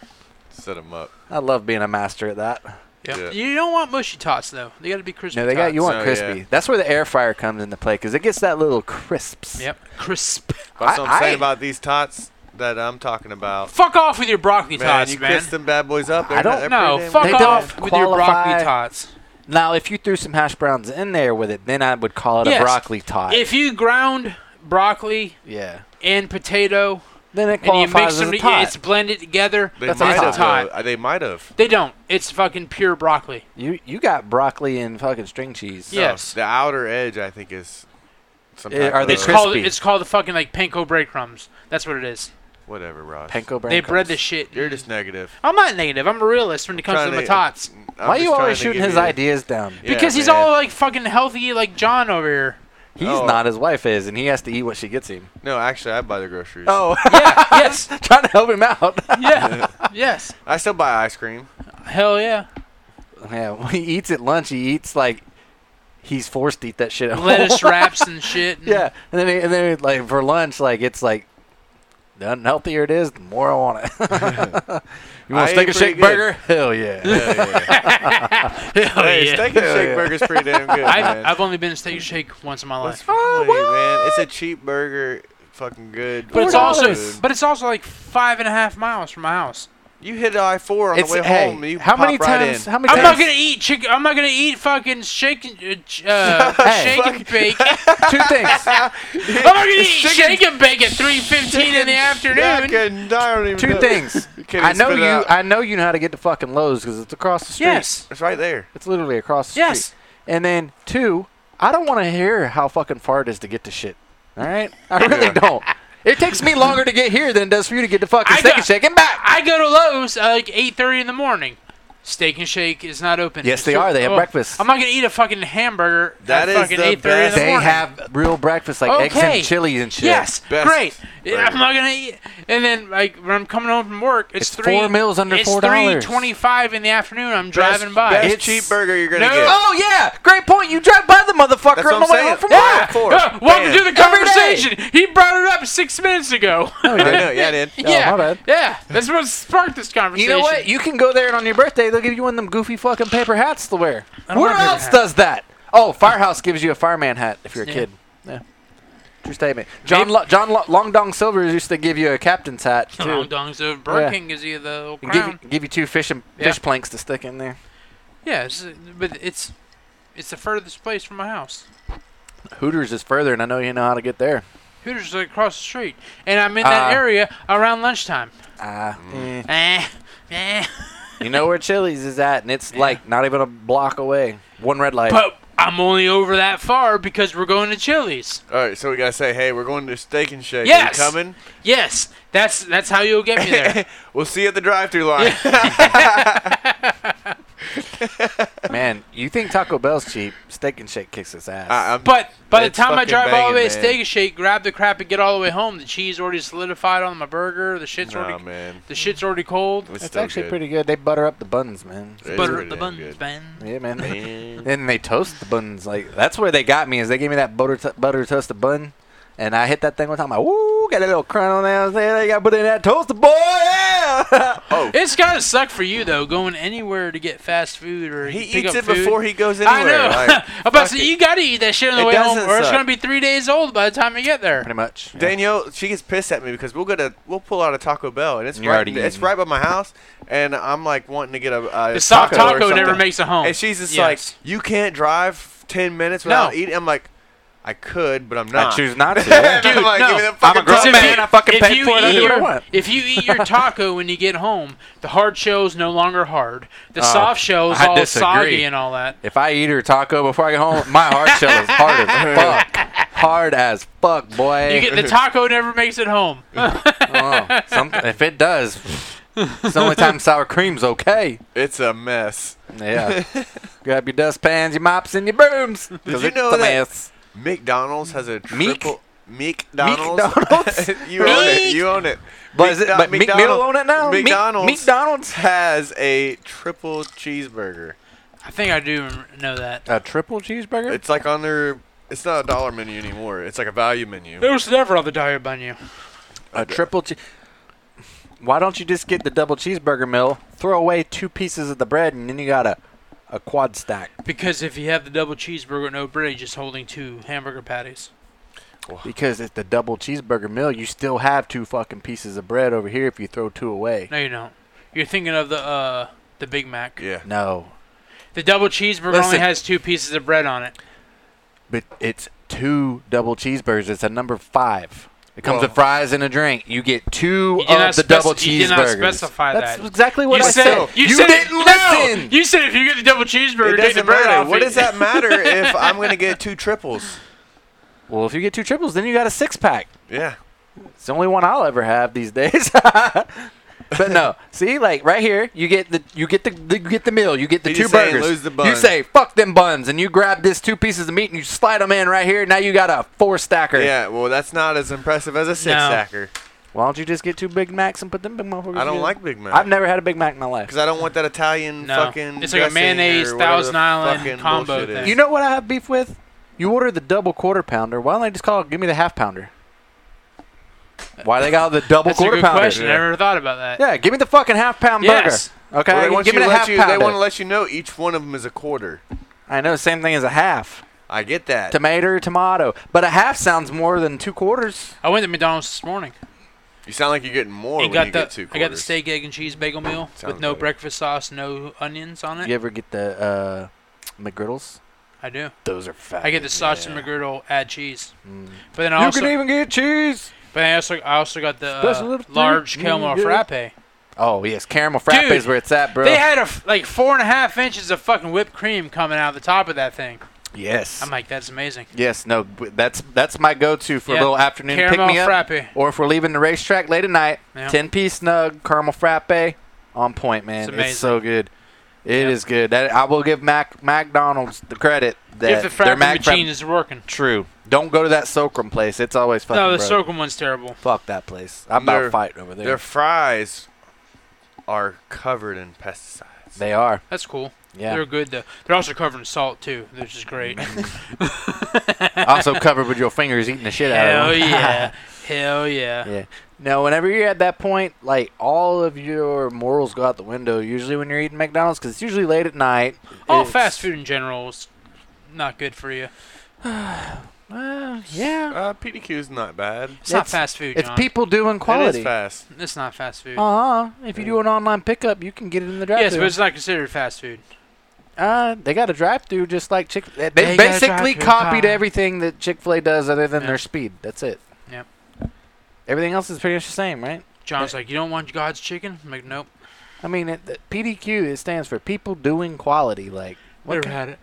Speaker 3: Set them up.
Speaker 1: I love being a master at that.
Speaker 2: Yep.
Speaker 3: Yeah.
Speaker 2: You don't want mushy tots though. They got to be crispy.
Speaker 1: No, they got you
Speaker 2: tots.
Speaker 1: want
Speaker 3: Oh,
Speaker 1: crispy.
Speaker 3: yeah.
Speaker 1: That's where the air fryer comes into play because it gets that little crisps.
Speaker 2: Yep. Crisp.
Speaker 3: That's what
Speaker 1: I-
Speaker 3: I'm saying
Speaker 1: I-
Speaker 3: about these tots that I'm talking about.
Speaker 2: Fuck off with your broccoli
Speaker 3: Man,
Speaker 2: tots,
Speaker 3: you
Speaker 2: man.
Speaker 3: kiss them bad boys up.
Speaker 1: I don't
Speaker 3: every
Speaker 2: No,
Speaker 3: damn
Speaker 2: fuck
Speaker 1: They
Speaker 3: day.
Speaker 1: don't
Speaker 2: off with your
Speaker 1: qualify-
Speaker 2: broccoli tots.
Speaker 1: Now, if you threw some hash browns in there with it, then I would call it
Speaker 2: Yes.
Speaker 1: a broccoli tot.
Speaker 2: If you ground broccoli
Speaker 1: yeah.
Speaker 2: and potato
Speaker 1: Then it
Speaker 2: and you mix
Speaker 1: qualifies
Speaker 2: them,
Speaker 1: as a
Speaker 2: together,
Speaker 1: tot.
Speaker 2: it's blended together.
Speaker 3: They
Speaker 1: That's
Speaker 3: might
Speaker 1: a
Speaker 3: have.
Speaker 2: tot.
Speaker 3: though. Uh, They might have.
Speaker 2: They don't. It's fucking pure broccoli.
Speaker 1: You you got broccoli and fucking string cheese.
Speaker 2: Yeah. Yes.
Speaker 3: The outer edge, I think, is Some
Speaker 1: Eh,
Speaker 3: type
Speaker 1: are they
Speaker 3: of-
Speaker 2: It's
Speaker 1: crisp?
Speaker 2: called
Speaker 1: Crispy.
Speaker 2: it's called the fucking like panko breadcrumbs. That's what it is.
Speaker 3: Whatever, Ross.
Speaker 1: Panko
Speaker 2: they
Speaker 1: Brancos.
Speaker 2: bread this shit.
Speaker 3: You're just negative.
Speaker 2: I'm not negative. I'm a realist when it comes to the
Speaker 3: Trying
Speaker 2: tots.
Speaker 3: I'm
Speaker 1: Why are
Speaker 3: just
Speaker 1: you always
Speaker 3: trying to
Speaker 1: shooting
Speaker 3: give
Speaker 1: his
Speaker 3: you-
Speaker 1: ideas down?
Speaker 3: Yeah,
Speaker 2: because he's
Speaker 3: man.
Speaker 2: all like fucking healthy, like John over here.
Speaker 1: He's
Speaker 3: Oh.
Speaker 1: not. His wife is, and he has to eat what she gets him.
Speaker 3: No, actually, I buy the groceries.
Speaker 1: (laughs) Oh,
Speaker 2: Yeah. yes.
Speaker 1: trying to help him out. (laughs)
Speaker 2: (laughs) Yeah. yes.
Speaker 3: I still buy ice
Speaker 2: (laughs)
Speaker 3: cream.
Speaker 2: Hell yeah.
Speaker 1: yeah, when he eats at lunch, he eats like he's forced to eat that shit. At home.
Speaker 2: Lettuce wraps and shit.
Speaker 1: (laughs)
Speaker 2: and-
Speaker 1: yeah, and then he, and then he, like for lunch, like it's like the unhealthier it is, the more I want it. (laughs) you
Speaker 3: I
Speaker 1: want a steak
Speaker 3: eat
Speaker 1: and shake
Speaker 3: pretty good.
Speaker 1: burger? Hell (laughs) yeah.
Speaker 3: Hell yeah.
Speaker 2: (laughs) Hell
Speaker 3: hey,
Speaker 2: Oh, yeah.
Speaker 3: steak and shake
Speaker 1: yeah.
Speaker 3: burger's pretty
Speaker 2: (laughs)
Speaker 3: damn good, man.
Speaker 2: I've, I've only been to Steak and Shake once in my
Speaker 3: That's
Speaker 2: life.
Speaker 3: funny, man. It's a cheap burger, fucking good.
Speaker 2: But it's
Speaker 1: Four
Speaker 2: also,
Speaker 1: dollars.
Speaker 2: but it's also like five and a half miles from my house.
Speaker 3: you hit I four on
Speaker 1: It's
Speaker 3: the way
Speaker 1: hey,
Speaker 3: home. You
Speaker 1: how many
Speaker 3: pop right
Speaker 1: times?
Speaker 3: in.
Speaker 1: How many
Speaker 2: I'm
Speaker 1: times?
Speaker 2: not gonna eat chicken. I'm not gonna eat fucking shake and uh, ch- uh,
Speaker 1: Hey.
Speaker 2: shake and bake.
Speaker 1: Two things.
Speaker 2: (laughs) I'm not gonna eat
Speaker 3: Chicken-
Speaker 2: shake and bake at 3:15 in the afternoon.
Speaker 3: Fucking- I don't even
Speaker 1: Two
Speaker 3: know.
Speaker 1: things.
Speaker 3: You can't
Speaker 1: I
Speaker 3: even
Speaker 1: know
Speaker 3: spit it
Speaker 1: you.
Speaker 3: out.
Speaker 1: I know you know how to get to fucking Lowe's because it's across the street.
Speaker 2: Yes.
Speaker 3: It's right there.
Speaker 1: It's literally across the
Speaker 2: Yes.
Speaker 1: street. And then two, I don't want to hear how fucking far it is to get to shit. All right, I really
Speaker 3: Yeah.
Speaker 1: don't. It takes me longer to get here than it does for you to get to fucking
Speaker 2: I
Speaker 1: steak
Speaker 2: got-
Speaker 1: and shake and back.
Speaker 2: I go to Lowe's at like 8:30 in the morning. Steak and Shake is not open. Oh,
Speaker 1: Yes, they are. They have breakfast.
Speaker 2: I'm not gonna eat a fucking hamburger at
Speaker 3: That is
Speaker 2: fucking
Speaker 3: the
Speaker 2: 8:30 in
Speaker 3: best.
Speaker 2: the
Speaker 1: They
Speaker 2: morning.
Speaker 1: have real breakfast like eggs
Speaker 2: Okay.
Speaker 1: and chilies and shit.
Speaker 2: Yes,
Speaker 3: Best
Speaker 2: great. Yeah, I'm
Speaker 3: burger.
Speaker 2: not gonna eat. And then like when I'm coming home from work, it's,
Speaker 1: It's
Speaker 2: three
Speaker 1: four meals under
Speaker 2: it's
Speaker 1: $4.
Speaker 2: Three twenty-five in the afternoon. I'm driving
Speaker 3: best,
Speaker 2: by.
Speaker 3: Best
Speaker 1: It's-
Speaker 3: cheap burger you're gonna
Speaker 2: No.
Speaker 3: get.
Speaker 1: Oh yeah, great point. You drive by the motherfucker
Speaker 3: That's
Speaker 1: on the
Speaker 3: what I'm
Speaker 1: way
Speaker 3: saying.
Speaker 1: home from
Speaker 3: I
Speaker 1: work.
Speaker 3: had four.
Speaker 2: Uh, welcome
Speaker 3: Bam.
Speaker 2: to the
Speaker 1: Every
Speaker 2: conversation. He brought it up six minutes ago.
Speaker 1: No, you
Speaker 3: I
Speaker 1: didn't.
Speaker 3: know, yeah, I did.
Speaker 1: Oh,
Speaker 2: (laughs) yeah,
Speaker 1: my bad.
Speaker 2: yeah. That's what sparked this
Speaker 1: You
Speaker 2: conversation.
Speaker 1: know what? You can go there and on your birthday they'll give you one of them goofy fucking paper hats to wear.
Speaker 2: don't
Speaker 1: Where
Speaker 2: want a paper
Speaker 1: else
Speaker 2: hat.
Speaker 1: does that? Oh, Firehouse gives you a fireman hat if you're a
Speaker 2: Yeah.
Speaker 1: kid. Yeah. True statement. John
Speaker 2: Maybe-
Speaker 1: Lo- John Lo- Long Dong Silver used to give you a captain's hat too.
Speaker 2: Long Dong's over. Burger
Speaker 1: Yeah.
Speaker 2: King gives you the little
Speaker 1: And give
Speaker 2: crown.
Speaker 1: you, give you two fish and
Speaker 2: Yeah.
Speaker 1: fish planks to stick in there.
Speaker 2: yeah, it's, but it's it's the furthest place from my house.
Speaker 1: Hooters is further, and I know you know how to get there.
Speaker 2: Hooters is across the street, and I'm in that
Speaker 1: Uh,
Speaker 2: area around lunchtime.
Speaker 1: Ah, eh.
Speaker 2: Eh, eh.
Speaker 1: you know where Chili's is at, and it's
Speaker 2: Yeah.
Speaker 1: like not even a block away. One red light.
Speaker 2: But I'm only over that far because we're going to Chili's.
Speaker 3: All right, so we gotta say, hey, we're going to Steak and Shake.
Speaker 2: Yes.
Speaker 3: Are you coming?
Speaker 2: Yes, that's that's how
Speaker 1: (laughs)
Speaker 2: you'll get me there.
Speaker 3: (laughs) we'll see you at the drive-through line.
Speaker 1: Man, you think Taco Bell's cheap? Steak and Shake kicks its ass.
Speaker 3: I- I'm-
Speaker 2: But by
Speaker 3: It's
Speaker 2: the time I
Speaker 3: fucking
Speaker 2: drive all the
Speaker 3: banging,
Speaker 2: way to
Speaker 3: man.
Speaker 2: Steak and Shake, grab the crap and get all the way home, the cheese already solidified on my burger. The shit's
Speaker 3: nah,
Speaker 2: already
Speaker 3: man.
Speaker 2: the shit's already cold.
Speaker 3: It's,
Speaker 1: It's
Speaker 3: still
Speaker 1: actually
Speaker 3: good.
Speaker 1: pretty good. They butter up the buns, man.
Speaker 3: It is
Speaker 2: Butter
Speaker 3: pretty
Speaker 2: up the
Speaker 3: damn
Speaker 2: buns,
Speaker 3: good.
Speaker 2: man.
Speaker 1: Yeah, man. They-
Speaker 3: Man.
Speaker 1: Then they toast the buns. Like that's where they got me. Is they gave me that butter to- butter toasted bun, and I hit that thing one time. I ooh, got a little crown on there. I was like, I got to put in that toaster boy. Yeah. (laughs)
Speaker 3: Oh,
Speaker 2: It's gotta suck for you though, going anywhere to get fast food or
Speaker 3: he
Speaker 2: you pick
Speaker 3: eats
Speaker 2: up
Speaker 3: it
Speaker 2: food.
Speaker 3: before he goes anywhere.
Speaker 2: I know. (laughs)
Speaker 3: Like,
Speaker 2: I'm about
Speaker 3: fuck
Speaker 2: to,
Speaker 3: it.
Speaker 2: say, you gotta eat that shit on the
Speaker 3: It
Speaker 2: way home, or
Speaker 3: doesn't
Speaker 2: it's
Speaker 3: suck.
Speaker 2: gonna be three days old by the time you get there.
Speaker 1: Pretty much. Yeah.
Speaker 3: Danielle, she gets pissed at me because we'll go to we'll pull out a Taco Bell and it's
Speaker 1: You're
Speaker 3: right
Speaker 1: already
Speaker 3: it's
Speaker 1: eating.
Speaker 3: right by my house and I'm like wanting to get a, a
Speaker 2: The soft
Speaker 3: taco, or
Speaker 2: taco, never
Speaker 3: something.
Speaker 2: makes a home.
Speaker 3: and she's just
Speaker 2: Yes.
Speaker 3: like you can't drive ten minutes without
Speaker 2: No.
Speaker 3: eating. I'm like I could, but I'm not.
Speaker 1: I
Speaker 3: (laughs)
Speaker 1: choose not to.
Speaker 3: And
Speaker 1: yeah.
Speaker 2: Dude,
Speaker 3: I'm like,
Speaker 2: no.
Speaker 3: give me the
Speaker 2: I'm a
Speaker 3: fucking
Speaker 1: grown
Speaker 3: Taco
Speaker 1: man.
Speaker 3: Bell.
Speaker 1: I fucking paid for it, I
Speaker 2: eat
Speaker 1: do what I
Speaker 2: your-
Speaker 1: want.
Speaker 2: If you eat
Speaker 3: (laughs)
Speaker 2: your taco when you get home, the hard shell is no longer hard. The
Speaker 1: Uh,
Speaker 2: soft shell is
Speaker 1: I
Speaker 2: all
Speaker 1: disagree.
Speaker 2: soggy and all that.
Speaker 1: If I eat her taco before I get home, my hard shell is hard
Speaker 3: (laughs)
Speaker 1: as fuck. Hard as fuck, boy.
Speaker 2: You get the taco never makes it home.
Speaker 1: (laughs) oh, some, if it does, it's the only time sour cream's okay.
Speaker 3: It's a mess. (laughs)
Speaker 1: Yeah. Grab your dustpans, your mops, and your brooms. 'cause
Speaker 3: Did you
Speaker 1: it's
Speaker 3: know
Speaker 1: a
Speaker 3: that-
Speaker 1: mess.
Speaker 3: McDonald's has a
Speaker 1: Meek?
Speaker 3: triple. McDonald's.
Speaker 1: McDonald's?
Speaker 3: (laughs) you own it. You own it.
Speaker 1: But is it
Speaker 3: McDo-
Speaker 1: but Meek Mill
Speaker 3: McDonald-
Speaker 1: on it now? Meek-
Speaker 3: McDonald's
Speaker 1: McDonald's.
Speaker 3: has a triple cheeseburger.
Speaker 2: I think I do rem- know that.
Speaker 1: A triple cheeseburger?
Speaker 3: It's like on their. It's not a dollar menu anymore. It's like a value menu.
Speaker 2: It was never on the diet menu.
Speaker 1: A triple che- Why don't you just get the double cheeseburger meal, throw away two pieces of the bread, and then you got a, a quad stack?
Speaker 2: Because if you have the double cheeseburger and no bread, you're just holding two hamburger patties.
Speaker 1: Because it's the double cheeseburger meal, you still have two fucking pieces of bread over here if you throw two away.
Speaker 2: No, you don't. You're thinking of the uh, the Big Mac.
Speaker 3: Yeah.
Speaker 1: No.
Speaker 2: The double cheeseburger only
Speaker 1: Listen.
Speaker 2: has two pieces of bread on it.
Speaker 1: But it's two double cheeseburgers. It's a number five. It comes
Speaker 3: Whoa.
Speaker 1: with fries and a drink. You get two
Speaker 2: You did
Speaker 1: of
Speaker 2: not
Speaker 1: the double
Speaker 2: speci- you did not
Speaker 1: cheeseburgers.
Speaker 2: specify
Speaker 1: That's
Speaker 2: that.
Speaker 1: exactly what
Speaker 2: you
Speaker 1: I
Speaker 2: said,
Speaker 1: said.
Speaker 2: you, said
Speaker 1: didn't
Speaker 2: no!
Speaker 1: listen.
Speaker 2: You said if you get the double cheeseburger,
Speaker 3: It
Speaker 2: take the
Speaker 3: doesn't
Speaker 2: bread (laughs)
Speaker 3: matter.
Speaker 2: off.
Speaker 3: What
Speaker 2: it.
Speaker 3: does that matter if I'm gonna get two triples?
Speaker 1: Well, if you get two triples, then you got a six pack.
Speaker 3: Yeah.
Speaker 1: It's the only one I'll ever have these (laughs) days. but no, see, like right here, you get the you get the, the you get the meal, you get the
Speaker 3: He
Speaker 1: two
Speaker 3: just saying,
Speaker 1: burgers.
Speaker 3: "Lose the
Speaker 1: You
Speaker 3: bun."
Speaker 1: say fuck them buns, and you grab this two pieces of meat and you slide them in right here. Now you got a four stacker.
Speaker 3: Yeah, well, that's not as impressive as a six stacker.
Speaker 1: Why don't you just get two Big Macs and put them big motherfuckers?
Speaker 3: I don't
Speaker 1: in?
Speaker 3: like Big Mac.
Speaker 1: I've never had a Big Mac in my life.
Speaker 3: Because I don't want that Italian
Speaker 2: No.
Speaker 3: fucking.
Speaker 2: It's like a
Speaker 3: dressing
Speaker 2: mayonnaise
Speaker 3: or whatever the
Speaker 2: Thousand Island
Speaker 3: fucking
Speaker 2: combo
Speaker 3: bullshit
Speaker 2: thing.
Speaker 3: is.
Speaker 1: You know what I have beef with? You order the double quarter pounder. Why don't they just call it? Give me the half pounder. Why they got the double
Speaker 2: That's a
Speaker 1: quarter
Speaker 2: good
Speaker 1: pounder?
Speaker 2: question. I
Speaker 3: Yeah.
Speaker 2: never thought about that.
Speaker 1: Yeah, give me the fucking half pound
Speaker 2: Yes.
Speaker 1: burger. Okay,
Speaker 3: Well, they want
Speaker 1: give
Speaker 3: you
Speaker 1: me the
Speaker 3: to let
Speaker 1: half
Speaker 3: you-
Speaker 1: pounder.
Speaker 3: They want to let you know each one of them is a quarter.
Speaker 1: I know, same thing as a half.
Speaker 3: I get that.
Speaker 1: Tomato, tomato. But a half sounds more than two quarters.
Speaker 2: I went to McDonald's this morning.
Speaker 3: you sound like you're getting more
Speaker 2: I
Speaker 3: when
Speaker 2: got
Speaker 3: you
Speaker 2: the
Speaker 3: get two
Speaker 2: I
Speaker 3: quarters.
Speaker 2: got the steak, egg, and cheese bagel meal
Speaker 3: Sounds
Speaker 2: with no
Speaker 3: good.
Speaker 2: breakfast sauce, no onions on it.
Speaker 1: You ever get the uh, McGriddles?
Speaker 2: I do.
Speaker 1: Those are fat.
Speaker 2: I get the sausage
Speaker 1: yeah.
Speaker 2: McGriddle, add cheese.
Speaker 1: Mm.
Speaker 2: But then
Speaker 1: You
Speaker 2: I also,
Speaker 1: can even get cheese.
Speaker 2: but I also, I also got the
Speaker 1: Special
Speaker 2: uh,
Speaker 1: little fruit.
Speaker 2: large caramel
Speaker 1: Mm, yeah.
Speaker 2: frappe.
Speaker 1: Oh yes, caramel frappe
Speaker 2: Dude,
Speaker 1: is where it's at, bro.
Speaker 2: They had a f- like four and a half inches of fucking whipped cream coming out of the top of that thing.
Speaker 1: yes.
Speaker 2: I'm like, that's amazing.
Speaker 1: yes. No. b- That's that's my go-to for
Speaker 2: Yeah.
Speaker 1: a little afternoon
Speaker 2: caramel
Speaker 1: pick me up.
Speaker 2: frappe.
Speaker 1: Or if we're leaving the racetrack late at night,
Speaker 2: Yeah.
Speaker 1: ten piece snug caramel frappe, on point, man.
Speaker 2: It's
Speaker 1: It's,
Speaker 2: amazing.
Speaker 1: so good. It is
Speaker 2: Yeah.
Speaker 1: good. That I will give Mac McDonald's the credit that
Speaker 2: If the
Speaker 1: their
Speaker 2: frappe
Speaker 1: Mac frappe-
Speaker 2: machine is working.
Speaker 1: True. Don't go to that Socrum place. It's always fucking.
Speaker 2: No, the
Speaker 1: broke.
Speaker 2: circle one's terrible.
Speaker 1: Fuck that place. I'm about
Speaker 3: They're-
Speaker 1: fighting over there.
Speaker 3: Their fries are covered in pesticides.
Speaker 1: They are.
Speaker 2: That's cool.
Speaker 1: Yeah.
Speaker 2: They're good though. They're also covered in salt too, which
Speaker 1: (laughs)
Speaker 2: is great.
Speaker 1: also covered with your fingers eating the shit out
Speaker 2: Hell
Speaker 1: of them.
Speaker 2: yeah.
Speaker 1: (laughs)
Speaker 2: Hell yeah.
Speaker 1: yeah. No, whenever you're at that point, like all of your morals go out the window. Usually when you're eating McDonald's, because it's usually late at night.
Speaker 2: All
Speaker 1: It's-
Speaker 2: Oh, fast food in general is not good for you.
Speaker 1: Uh, yeah.
Speaker 3: Uh, PDQ is not bad.
Speaker 2: It's, not
Speaker 1: It's-
Speaker 2: fast food,
Speaker 1: It's
Speaker 2: John.
Speaker 1: people doing
Speaker 3: It is
Speaker 1: quality. Uh
Speaker 3: fast.
Speaker 2: it's not fast food.
Speaker 1: huh. If you do an online pickup, you can get it in the drive
Speaker 2: yes,
Speaker 1: thru.
Speaker 2: but it's not considered fast food.
Speaker 1: uh, they got a drive through just like Chick. They,
Speaker 2: They got a
Speaker 1: basically
Speaker 2: drive-thru,
Speaker 1: copied
Speaker 2: Kyle.
Speaker 1: everything that Chick Fil A does, other than
Speaker 2: Yeah.
Speaker 1: their speed. That's it.
Speaker 2: Yep.
Speaker 1: Everything else is pretty much the same, right?
Speaker 2: John's like, you don't want God's chicken? I'm like, nope.
Speaker 1: I mean, it, the PDQ it stands for people doing quality. Like what
Speaker 2: Never
Speaker 1: can-
Speaker 2: had it.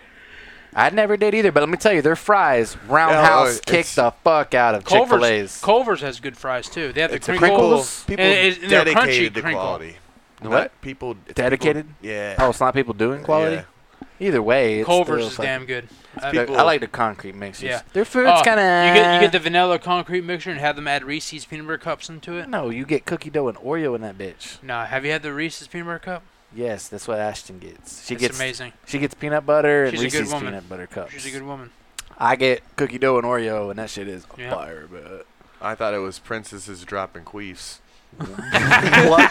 Speaker 1: I never did either, but let me tell you, their fries roundhouse
Speaker 3: oh,
Speaker 1: kick
Speaker 3: it's-
Speaker 1: the fuck out of Chick Fil A's.
Speaker 2: Culver's, Culver's has good fries too. They have the
Speaker 3: It's a
Speaker 2: crinkle.
Speaker 1: Crinkles?
Speaker 3: People
Speaker 2: And it- and they're crunchy
Speaker 3: dedicated to
Speaker 2: crinkle.
Speaker 3: quality.
Speaker 1: What?
Speaker 3: Not people it's people-
Speaker 1: Dedicated?
Speaker 3: yeah.
Speaker 1: Oh, it's not people doing quality.
Speaker 3: Yeah.
Speaker 1: Either way, it's
Speaker 2: Culver's
Speaker 1: still
Speaker 2: is
Speaker 1: fucking-
Speaker 2: damn good. I-
Speaker 1: They're-
Speaker 3: people-
Speaker 1: I like the concrete mixes.
Speaker 2: Yeah.
Speaker 1: Their food's
Speaker 2: Oh,
Speaker 1: kind of.
Speaker 2: You get you get the vanilla concrete mixture and have them add Reese's peanut butter cups into it.
Speaker 1: No, you get cookie dough and Oreo in that bitch.
Speaker 2: No, have you had the Reese's peanut butter cup?
Speaker 1: Yes, that's what Ashton gets. She
Speaker 2: it's
Speaker 1: gets
Speaker 2: amazing.
Speaker 1: she gets peanut butter and
Speaker 2: She's a good
Speaker 1: Reese's
Speaker 2: woman.
Speaker 1: peanut butter cups.
Speaker 2: She's a good woman.
Speaker 1: I get cookie dough and Oreo, and that shit is
Speaker 2: Yeah.
Speaker 1: fire. But
Speaker 3: I thought it was princesses
Speaker 2: (laughs)
Speaker 3: dropping queefs. (laughs)
Speaker 1: what?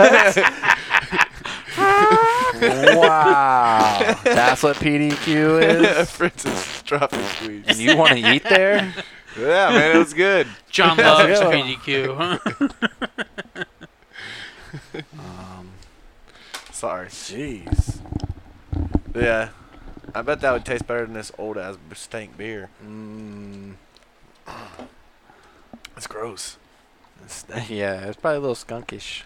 Speaker 1: wow, that's what PDQ (laughs) is.
Speaker 3: princesses dropping
Speaker 1: And
Speaker 3: queefs.
Speaker 1: you want to eat there?
Speaker 3: yeah, man, it was good.
Speaker 2: John
Speaker 1: Yeah.
Speaker 2: loves
Speaker 1: Yeah.
Speaker 2: PDQ.
Speaker 1: (laughs)
Speaker 2: huh?
Speaker 1: Um,
Speaker 3: Sorry.
Speaker 1: jeez.
Speaker 3: Yeah. I bet that would taste better than this old ass stank beer.
Speaker 1: Mm,
Speaker 3: It's gross.
Speaker 1: it's- yeah, it's probably a little skunkish.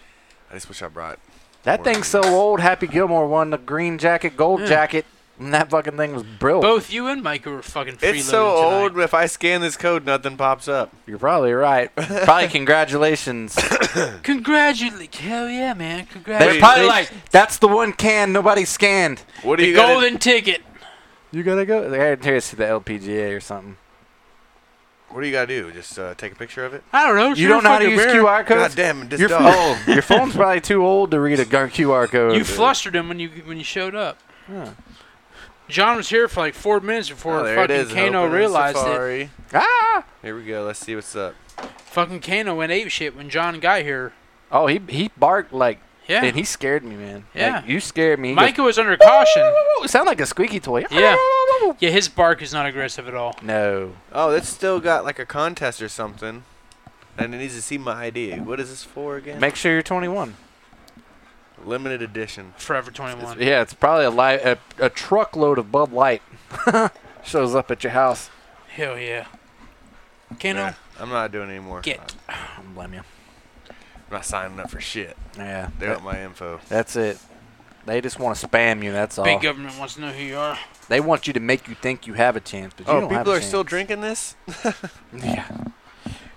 Speaker 3: I just wish I brought.
Speaker 1: That
Speaker 3: Or
Speaker 1: thing's so
Speaker 3: is.
Speaker 1: old. Happy Gilmore won the green jacket, gold
Speaker 2: Yeah.
Speaker 1: jacket, and that fucking thing was brilliant.
Speaker 2: Both you and Mike were fucking freeloading
Speaker 3: It's so old.
Speaker 2: tonight.
Speaker 3: If I scan this code, nothing pops up.
Speaker 1: You're probably right. (laughs) Probably congratulations.
Speaker 2: Congratulate! Hell yeah, man!
Speaker 1: They're
Speaker 2: Congratulations!
Speaker 1: probably like, that's the one can nobody scanned.
Speaker 3: What do
Speaker 2: the
Speaker 3: you gotta-
Speaker 2: golden ticket.
Speaker 1: You gotta go. They had to see the LPGA or something.
Speaker 3: What do you gotta do? Just uh, take a picture of it.
Speaker 2: I don't know. it's
Speaker 1: You
Speaker 2: your
Speaker 1: don't know how to
Speaker 2: fucking
Speaker 1: use
Speaker 2: beer.
Speaker 1: QR
Speaker 3: God
Speaker 1: codes.
Speaker 3: damn, this
Speaker 1: Your,
Speaker 3: dog.
Speaker 1: phone, your phone's probably too old to read a gar- QR code.
Speaker 2: You flustered him when you when you showed up.
Speaker 1: Huh.
Speaker 2: John was here for like four minutes before
Speaker 3: Oh, there it
Speaker 2: fucking
Speaker 3: is.
Speaker 2: Kano
Speaker 3: open in
Speaker 2: realized it.
Speaker 3: Safari.
Speaker 1: Ah!
Speaker 3: Here we go. Let's see what's up.
Speaker 2: Fucking Kano went ape shit when John got here.
Speaker 1: Oh, he he barked like,
Speaker 2: Yeah,
Speaker 1: and he scared me, man.
Speaker 2: Yeah.
Speaker 1: Like, you scared me. He
Speaker 2: Micah
Speaker 1: goes,
Speaker 2: was under caution.
Speaker 1: "Whoa," sound like a squeaky toy.
Speaker 2: Yeah. Yeah, his bark is not aggressive at all.
Speaker 1: (laughs) No.
Speaker 3: Oh, that's still got like a contest or something. And it needs to see my ID. What is this for again?
Speaker 1: Make sure you're 21.
Speaker 3: Limited edition.
Speaker 2: Forever 21.
Speaker 1: Yeah, it's probably a li- a, a truckload of Bud Light (laughs) shows up at your house.
Speaker 2: Hell yeah. Kano,
Speaker 3: Yeah, I'm not doing anymore.
Speaker 2: Get.
Speaker 1: I don't blame you.
Speaker 3: I'm not signing up for shit.
Speaker 1: Yeah.
Speaker 3: They
Speaker 1: that-
Speaker 3: want my info.
Speaker 1: that's it. They just want to spam you. That's all.
Speaker 3: Oh.
Speaker 2: Big government wants to know who you are.
Speaker 1: They want you to make you think you have a chance, but you
Speaker 3: Oh,
Speaker 1: don't have
Speaker 3: people
Speaker 1: a
Speaker 3: are
Speaker 1: chance.
Speaker 3: still drinking this?
Speaker 1: Yeah.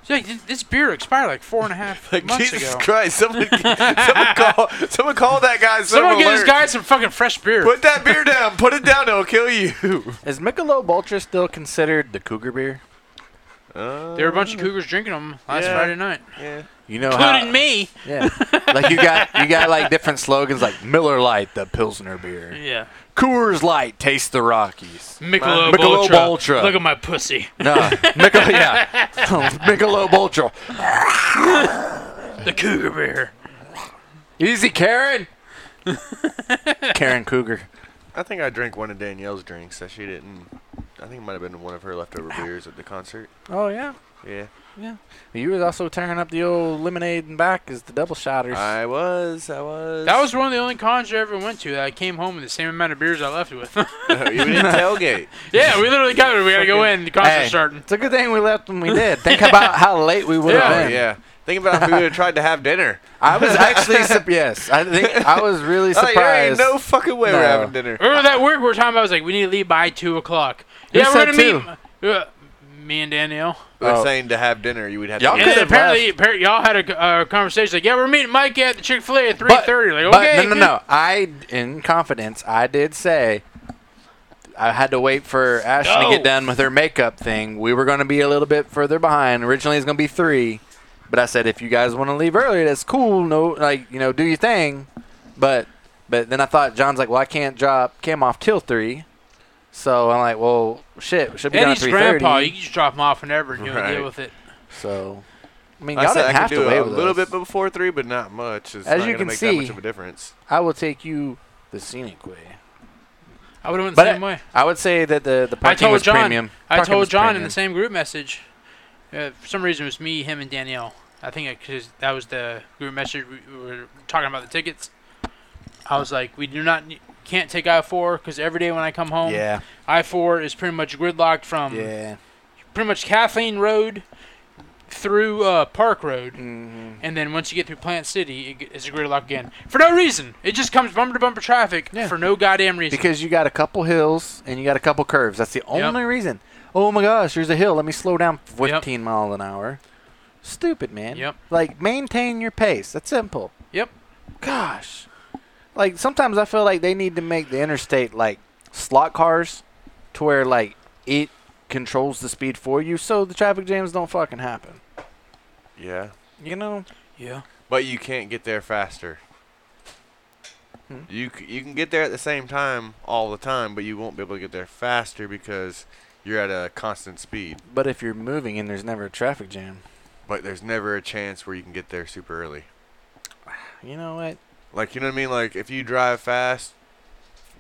Speaker 2: So, like, this- this beer expired like four and a half
Speaker 3: (laughs) (laughs) Like,
Speaker 2: months
Speaker 3: Jesus
Speaker 2: ago.
Speaker 3: Christ! (laughs) Someone, someone call, someone call that guy.
Speaker 2: Someone
Speaker 3: sober
Speaker 2: get this
Speaker 3: alert.
Speaker 2: guy some fucking fresh beer.
Speaker 3: Put that beer down. Put it down. It'll kill (laughs) you.
Speaker 1: Is Michelob Ultra still considered the Cougar beer?
Speaker 3: Uh,
Speaker 2: There were a bunch of cougars drinking them last
Speaker 3: Yeah.
Speaker 2: Friday night,
Speaker 3: Yeah.
Speaker 1: You know how?
Speaker 2: including me.
Speaker 1: (laughs) Yeah. like you got you got like different slogans like Miller Lite, the Pilsner beer.
Speaker 2: Yeah,
Speaker 1: Coors Light, taste the Rockies.
Speaker 2: Michelob,
Speaker 1: Michelob
Speaker 2: Ultra.
Speaker 1: Ultra.
Speaker 2: Look at my pussy.
Speaker 1: No, Michelob, yeah, (laughs) Oh, Michelob Ultra.
Speaker 2: The cougar beer.
Speaker 1: Easy, Karen. Karen Cougar.
Speaker 3: I think I drank one of Danielle's drinks that she didn't. I think it might have been one of her leftover beers at the concert.
Speaker 1: Oh yeah,
Speaker 3: Yeah.
Speaker 1: yeah. You was also tearing up the old lemonade and back as the double shotters.
Speaker 3: I was. I was.
Speaker 2: That was one of the only cons I ever went to that I came home with the same amount of beers I left with. (laughs)
Speaker 3: (laughs) you (laughs) didn't tailgate.
Speaker 2: yeah, we literally covered. it. We gotta go in. The concert's starting.
Speaker 1: It's a good thing we left
Speaker 2: (laughs)
Speaker 1: when we did. Think about how late we would have
Speaker 2: Yeah.
Speaker 3: Oh,
Speaker 1: been.
Speaker 3: yeah. Think about if we would have tried to have (laughs) dinner.
Speaker 1: I
Speaker 2: (laughs)
Speaker 1: was actually su- yes. I think I was really
Speaker 3: Oh,
Speaker 1: surprised.
Speaker 3: there ain't no fucking way we're
Speaker 1: No.
Speaker 3: having dinner.
Speaker 2: Remember that work we were talking about? I was like, we need to leave by two o'clock.
Speaker 1: Who
Speaker 2: yeah, we're
Speaker 1: said
Speaker 2: gonna meet. Uh, me and Danielle.
Speaker 3: We're
Speaker 1: Oh.
Speaker 3: saying to have dinner, you would have.
Speaker 1: Y'all
Speaker 3: to
Speaker 2: And
Speaker 1: could
Speaker 2: then
Speaker 1: have
Speaker 2: apparently, appar- y'all had a uh, conversation like, yeah, we're meeting Mike at the Chick Fil A at three
Speaker 1: But-
Speaker 2: thirty. Like,
Speaker 1: But
Speaker 2: okay, (laughs)
Speaker 1: no, no,
Speaker 2: good.
Speaker 1: no. I, in confidence, I did say I had to wait for Ashton to
Speaker 2: No.
Speaker 1: get done with her makeup thing. We were going to be a little bit further behind. Originally, it's going to be three, but I said if you guys want to leave early, that's cool. No, like you know, do your thing. But but then I thought John's like, well, I can't drop Cam off till three. So I'm like, well, shit, should be done at
Speaker 2: Eddie's
Speaker 1: three
Speaker 2: grandpa, you
Speaker 1: thirty.
Speaker 2: can just drop him off whenever and he'll
Speaker 3: Right.
Speaker 2: deal with it.
Speaker 1: So I mean,
Speaker 3: I
Speaker 1: y'all
Speaker 3: said I
Speaker 1: didn't
Speaker 3: could
Speaker 1: have
Speaker 3: do
Speaker 1: to wait
Speaker 3: a
Speaker 1: with
Speaker 3: little
Speaker 1: us.
Speaker 3: bit before three, but not much. It's
Speaker 1: As
Speaker 3: not
Speaker 1: you
Speaker 3: gonna
Speaker 1: can
Speaker 3: make
Speaker 1: see-
Speaker 3: that much of a difference.
Speaker 1: I will take you the scenic way.
Speaker 2: I would have went the
Speaker 1: But
Speaker 2: same way.
Speaker 1: I would say that the the parking
Speaker 2: told
Speaker 1: was
Speaker 2: John-
Speaker 1: premium.
Speaker 2: I
Speaker 1: Parking
Speaker 2: told
Speaker 1: was
Speaker 2: John in
Speaker 1: premium.
Speaker 2: the same group message. Uh, for some reason, it was me, him, and Danielle. I think because that was the group message we we were talking about the tickets. I was like, we do not ne- can't take I four because every day when I come home, Mm.
Speaker 1: Yeah,
Speaker 2: I four is pretty much gridlocked from
Speaker 1: yeah.
Speaker 2: pretty much Kathleen Road through uh, Park Road.
Speaker 1: hmm
Speaker 2: And then once you get through Plant City, it, g- it's a gridlock again for no reason. It just comes bumper to bumper traffic
Speaker 1: Yeah.
Speaker 2: for no goddamn reason.
Speaker 1: Because you got a couple hills and you got a couple curves. That's the only reason. Oh my gosh, there's a hill. Let me slow down 15 mile an hour. Stupid man.
Speaker 2: Yep.
Speaker 1: Like maintain your pace. That's simple.
Speaker 2: Yep.
Speaker 1: Gosh. Like sometimes I feel like they need to make the interstate like slot cars, to where like it controls the speed for you, so the traffic jams don't fucking happen.
Speaker 3: Yeah,
Speaker 1: You know.
Speaker 2: yeah,
Speaker 3: but you can't get there faster.
Speaker 1: Hmm.
Speaker 3: You c- you can get there at the same time all the time, but you won't be able to get there faster because you're at a constant speed.
Speaker 1: But if you're moving and there's never a traffic jam,
Speaker 3: But there's never a chance where you can get there super early.
Speaker 1: you know what?
Speaker 3: Like you know what I mean? Like if you drive fast,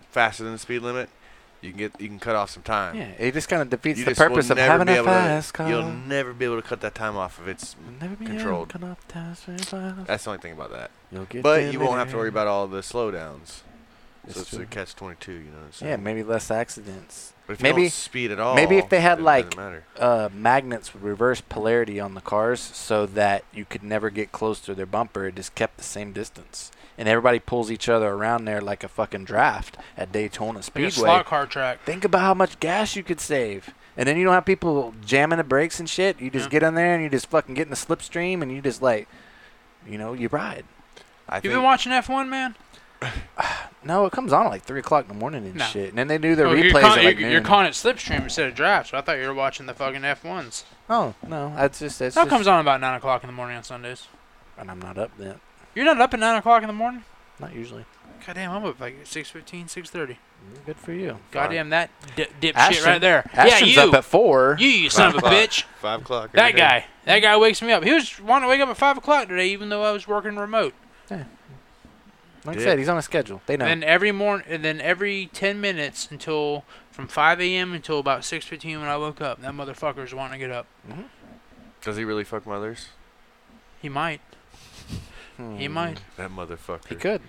Speaker 3: faster than the speed limit, you can get you can cut off some time.
Speaker 1: Yeah, it just kind of defeats
Speaker 3: Uh, You
Speaker 1: the
Speaker 3: just will
Speaker 1: purpose of
Speaker 3: never
Speaker 1: having
Speaker 3: be
Speaker 1: a
Speaker 3: able to-
Speaker 1: fast car.
Speaker 3: You'll never be able to cut that time off if it's.
Speaker 1: Never be
Speaker 3: controlled.
Speaker 1: able to cut off the fast car.
Speaker 3: That's the only thing about that.
Speaker 1: You'll get
Speaker 3: But
Speaker 1: there
Speaker 3: you won't have to
Speaker 1: later.
Speaker 3: worry about all the slowdowns.
Speaker 1: That's
Speaker 3: So it's
Speaker 1: true.
Speaker 3: a catch twenty two, you know. So.
Speaker 1: yeah, maybe less accidents.
Speaker 3: But if you
Speaker 1: maybe-
Speaker 3: don't speed at all,
Speaker 1: maybe if they had,
Speaker 3: it doesn't
Speaker 1: like-
Speaker 3: matter.
Speaker 1: Uh, magnets would reverse polarity on the cars so that you could never get close to their bumper. It just kept the same distance, and everybody pulls each other around there like a fucking draft at Daytona
Speaker 2: like a
Speaker 1: Speedway.
Speaker 2: slot car track.
Speaker 1: Think about how much gas you could save. And then you don't have people jamming the brakes and shit. You just
Speaker 2: Yeah.
Speaker 1: get on there and you just fucking get in the slipstream and you just like, you know, you ride.
Speaker 3: I
Speaker 2: You
Speaker 3: think
Speaker 2: been watching F1, man?
Speaker 1: No, it comes on at like three o'clock in the morning and
Speaker 2: No.
Speaker 1: shit. And then they do the
Speaker 2: Oh,
Speaker 1: replays
Speaker 2: you're,
Speaker 1: at
Speaker 2: calling,
Speaker 1: like
Speaker 2: you're,
Speaker 1: noon.
Speaker 2: you're calling it slipstream instead of draft, so I thought you were watching the fucking F1s.
Speaker 1: oh no, that's just that's
Speaker 2: That
Speaker 1: just,
Speaker 2: comes on about 9 o'clock in the morning on Sundays.
Speaker 1: And I'm not up then.
Speaker 2: You're not up at 9 o'clock in the morning?
Speaker 1: Not usually. Mm,
Speaker 2: Goddamn, I'm up like 6.15, 6.30.
Speaker 1: Good for you.
Speaker 2: Goddamn, that d- dipshit
Speaker 1: Ashton-
Speaker 2: right there.
Speaker 1: Ashton's
Speaker 2: yeah, you.
Speaker 1: up at four.
Speaker 2: you,
Speaker 1: (laughs)
Speaker 2: you son of a
Speaker 3: Five
Speaker 2: bitch.
Speaker 3: five o'clock.
Speaker 2: That
Speaker 3: every day.
Speaker 2: guy. That guy wakes me up. He was wanting to wake up at 5 o'clock today, even though I was working remote.
Speaker 1: like I
Speaker 3: Yeah.
Speaker 1: said, he's on a schedule. They know.
Speaker 2: And then every morning, and then every 10 minutes until from 5 a.m. until about 6.15 when I woke up, that motherfucker's wanting to get up.
Speaker 3: Does he really fuck mothers?
Speaker 2: He might. He
Speaker 1: Hmm.
Speaker 2: might.
Speaker 3: That motherfucker.
Speaker 1: He could.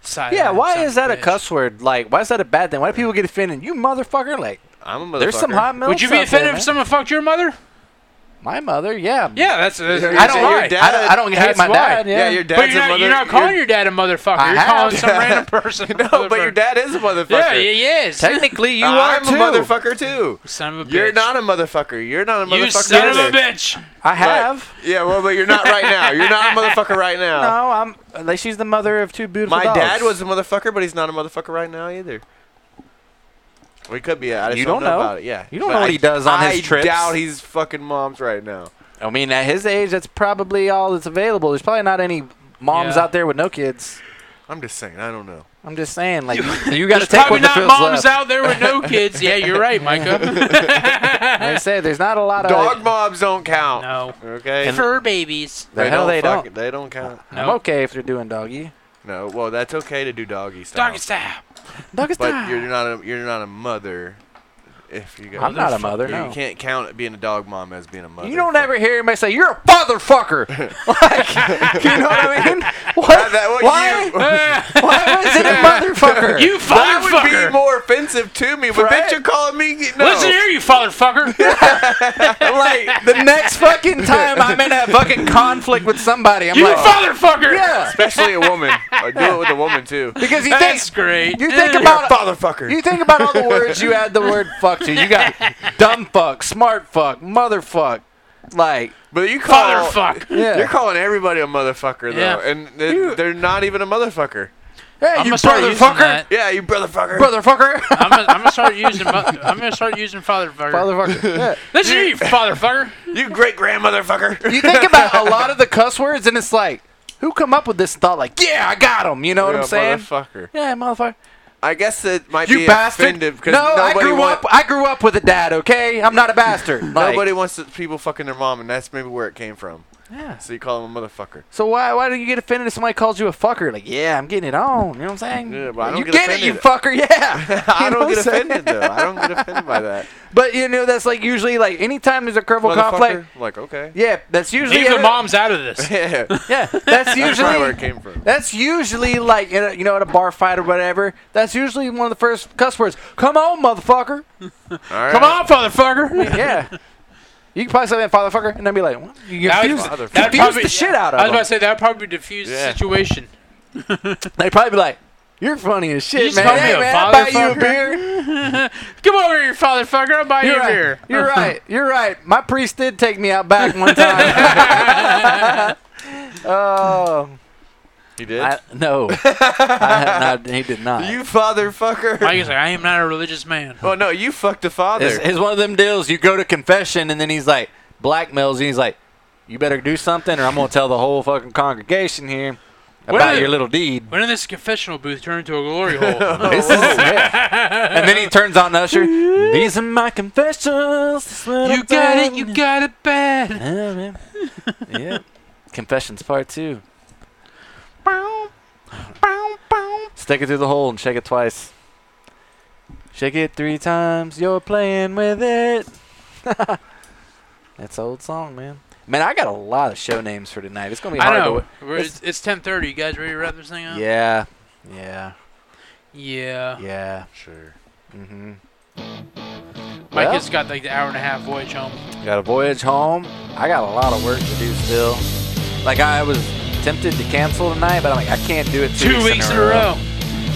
Speaker 2: Side
Speaker 1: Yeah.
Speaker 2: eye,
Speaker 1: Why
Speaker 2: son
Speaker 1: is
Speaker 2: of
Speaker 1: that a
Speaker 2: bitch.
Speaker 1: cuss word? Like, why is that a bad thing? Why do people get offended? You motherfucker! Like,
Speaker 3: I'm a motherfucker.
Speaker 1: there's some hot (laughs) milk.
Speaker 2: Would you be offended if someone fucked your mother?
Speaker 1: My mother, yeah.
Speaker 2: Yeah, that's. that's
Speaker 3: Yeah,
Speaker 1: I don't
Speaker 3: Your
Speaker 1: mind. I
Speaker 3: dad-
Speaker 1: don't, I don't hate
Speaker 2: that's
Speaker 1: my
Speaker 2: why.
Speaker 1: dad.
Speaker 3: Yeah,
Speaker 1: Yeah,
Speaker 3: your dad's
Speaker 2: But you're
Speaker 3: a
Speaker 2: not,
Speaker 3: mother.
Speaker 2: you're not calling your dad a motherfucker.
Speaker 1: I
Speaker 2: you're
Speaker 1: have.
Speaker 2: calling some
Speaker 3: Yeah.
Speaker 2: random person. a
Speaker 3: No, but your
Speaker 2: motherfucker.
Speaker 3: dad is a motherfucker.
Speaker 2: Yeah, he is.
Speaker 1: technically you
Speaker 3: (laughs) I'm
Speaker 1: are
Speaker 3: a
Speaker 1: too.
Speaker 3: motherfucker too.
Speaker 2: Son of a bitch.
Speaker 3: You're not a motherfucker. You're not a motherfucker.
Speaker 2: You son of a
Speaker 3: either.
Speaker 2: bitch.
Speaker 1: I
Speaker 3: But-
Speaker 1: have.
Speaker 3: yeah, well, but you're not
Speaker 1: (laughs)
Speaker 3: right now. You're not a motherfucker right now.
Speaker 1: No, I'm. Like, she's the mother of two beautiful
Speaker 3: My
Speaker 1: dogs.
Speaker 3: dad was a motherfucker, but he's not a motherfucker right now either. We could be. I just
Speaker 1: You
Speaker 3: don't,
Speaker 1: don't
Speaker 3: know,
Speaker 1: know.
Speaker 3: about it. Yeah,
Speaker 1: You don't
Speaker 3: But
Speaker 1: know what
Speaker 3: I-
Speaker 1: he does on
Speaker 3: I
Speaker 1: his trips.
Speaker 3: doubt he's fucking mom's right now.
Speaker 1: I mean, at his age, that's probably all that's available. There's probably not any moms
Speaker 2: Yeah.
Speaker 1: out there with no kids.
Speaker 3: I'm just saying. I don't know.
Speaker 1: I'm just saying,
Speaker 3: (laughs)
Speaker 1: like, you, you got to take
Speaker 2: There's probably
Speaker 1: what the
Speaker 2: not
Speaker 1: feels
Speaker 2: moms
Speaker 1: left.
Speaker 2: out there with no kids. Yeah, you're right, Micah.
Speaker 1: Like I said, there's not a lot of.
Speaker 3: Dog moms don't count.
Speaker 2: no.
Speaker 3: Okay.
Speaker 2: Fur babies.
Speaker 1: the hell they
Speaker 3: fuck-
Speaker 1: don't.
Speaker 3: They don't count.
Speaker 1: I'm
Speaker 2: No.
Speaker 1: okay if they're doing doggy.
Speaker 3: No. Well, that's okay to do doggy style.
Speaker 2: Doggy (laughs) style.
Speaker 1: Doggy
Speaker 3: But
Speaker 1: style.
Speaker 3: you're not a you're not a mother. If you go,
Speaker 1: I'm not a mother,
Speaker 3: You
Speaker 1: no.
Speaker 3: can't count being a dog mom as being a mother.
Speaker 1: You don't ever hear anybody say you're a
Speaker 3: (laughs)
Speaker 1: motherfucker. like, (laughs) you know what I mean? What?
Speaker 3: That- that- what
Speaker 1: why?
Speaker 3: you- (laughs)
Speaker 1: why was it a motherfucker?
Speaker 2: You
Speaker 3: That would be
Speaker 2: fatherfucker.
Speaker 3: more offensive to me, but
Speaker 1: Right?
Speaker 3: bitch, you're calling me. No.
Speaker 2: Listen here, you fatherfucker.
Speaker 1: like the next fucking time I'm in a fucking conflict with somebody, I'm
Speaker 2: you
Speaker 1: like,
Speaker 2: fatherfucker.
Speaker 1: yeah,
Speaker 3: especially a woman. I do it with a woman too.
Speaker 1: because (laughs) you think
Speaker 2: That's great.
Speaker 1: you think
Speaker 2: Yeah.
Speaker 1: about-
Speaker 3: Fatherfucker.
Speaker 1: you think about all the words you add the word fuck to. You got dumb fuck, smart fuck, motherfuck, like
Speaker 3: But you call
Speaker 2: fatherfuck.
Speaker 1: yeah.
Speaker 3: You're calling everybody a motherfucker though,
Speaker 2: Yeah.
Speaker 3: and they- they're, not even a motherfucker.
Speaker 1: hey,
Speaker 2: I'm
Speaker 1: you
Speaker 2: gonna start using
Speaker 1: brotherfucker,
Speaker 2: that.
Speaker 3: Yeah, you brotherfucker. (laughs)
Speaker 1: brotherfucker,
Speaker 2: I'm gonna, I'm gonna start using. mo- I'm gonna start using fatherfucker.
Speaker 1: motherfucker. Yeah.
Speaker 2: Listen here, you fatherfucker.
Speaker 3: You
Speaker 1: (laughs)
Speaker 3: great grandmotherfucker.
Speaker 1: you think about a lot of the cuss words, and it's like, who come up with this thought? Like, yeah, I got him. You know what I'm saying?
Speaker 3: Motherfucker.
Speaker 1: Yeah, motherfucker.
Speaker 3: I guess it might
Speaker 1: You
Speaker 3: be
Speaker 1: bastard.
Speaker 3: offensive because
Speaker 1: No, I
Speaker 3: nobody
Speaker 1: grew
Speaker 3: want-
Speaker 1: up. I grew up with a dad. Okay, I'm not a bastard. Like,
Speaker 3: (laughs) Nobody wants to- people fucking their mom, and that's maybe where it came from.
Speaker 1: Yeah.
Speaker 3: So you call them a motherfucker.
Speaker 1: So why why do (laughs) you get offended if somebody calls you a fucker? Like, yeah, I'm getting it on. You know what I'm saying?
Speaker 3: Yeah, but I don't
Speaker 1: you
Speaker 3: get
Speaker 1: it, you
Speaker 3: offended.
Speaker 1: fucker.
Speaker 3: (laughs)
Speaker 1: Yeah.
Speaker 3: I
Speaker 1: You know
Speaker 3: don't
Speaker 1: what
Speaker 3: get
Speaker 1: I'm saying?
Speaker 3: offended though. I don't get offended
Speaker 1: (laughs)
Speaker 3: by that.
Speaker 1: But you know that's like usually like anytime there's a verbal
Speaker 3: Motherfucker.
Speaker 1: conflict.
Speaker 3: I'm like okay.
Speaker 1: Yeah, that's usually
Speaker 2: Leave the
Speaker 1: it.
Speaker 2: moms out of
Speaker 1: (laughs)
Speaker 2: this.
Speaker 3: (laughs) Yeah.
Speaker 2: (laughs)
Speaker 1: Yeah, that's
Speaker 3: that's probably
Speaker 1: (laughs)
Speaker 3: where
Speaker 1: usually
Speaker 3: it came from.
Speaker 1: that's usually like in a, you know at a bar fight or whatever. That's usually one of the first cuss words. Come on, motherfucker.
Speaker 2: Come on, fatherfucker.
Speaker 3: (laughs)
Speaker 1: yeah. You can probably say that, fatherfucker, and then be like, what? you
Speaker 2: That would-
Speaker 1: confuse,
Speaker 3: that would
Speaker 1: confuse
Speaker 2: probably-
Speaker 1: the shit out
Speaker 2: I was
Speaker 1: of
Speaker 2: about to
Speaker 1: them.
Speaker 2: say that would probably diffuse
Speaker 3: Yeah.
Speaker 2: the situation.
Speaker 1: They'd probably be like, you're funny as shit,
Speaker 2: You just
Speaker 1: man.
Speaker 2: called
Speaker 1: Hey,
Speaker 2: me a
Speaker 1: man, I'll buy you a
Speaker 2: fatherfucker."
Speaker 1: beer.
Speaker 2: Come over here, fatherfucker. I'll buy you
Speaker 1: You're
Speaker 2: a
Speaker 1: right. (laughs)
Speaker 2: beer.
Speaker 1: You're right. You're right. My priest did take me out back one time. Oh
Speaker 3: You did.
Speaker 1: I, no, I, no, he did not.
Speaker 3: you fatherfucker.
Speaker 2: Mike is like, I am not a religious man.
Speaker 3: (laughs) well, no, you fucked the father.
Speaker 1: it's, it's one of them deals. You go to confession, and then he's like blackmails, you, and he's like, "You better do something, or I'm gonna tell the whole fucking congregation here
Speaker 2: What
Speaker 1: about
Speaker 2: is-
Speaker 1: your little deed."
Speaker 2: When did this confessional booth turn into a
Speaker 1: (laughs)
Speaker 2: glory hole?
Speaker 1: This is yeah. And then he turns on Usher. These are my confessions. This is what I
Speaker 2: you got it.
Speaker 1: found."
Speaker 2: You got it bad.
Speaker 1: Yeah, man. yeah. Confessions part two.
Speaker 2: Bow, bow, bow.
Speaker 1: Stick it through the hole and shake it twice. Shake it three times. You're playing with it. (laughs) That's an old song, man. Man, I got a lot of show names for tonight. It's gonna be hard.
Speaker 2: I
Speaker 1: to
Speaker 2: know.
Speaker 1: wi-
Speaker 2: We're- It's, it's 10:30. You guys ready to wrap this thing up?
Speaker 1: Yeah. Yeah.
Speaker 2: Yeah.
Speaker 1: Yeah.
Speaker 3: sure.
Speaker 1: hmm
Speaker 2: Mike
Speaker 1: Well-
Speaker 2: has got like the hour and a half voyage home.
Speaker 1: Got a voyage home. I got a lot of work to do still. Like I was tempted to cancel tonight, but I'm like I can't do it two,
Speaker 2: Two weeks in a row.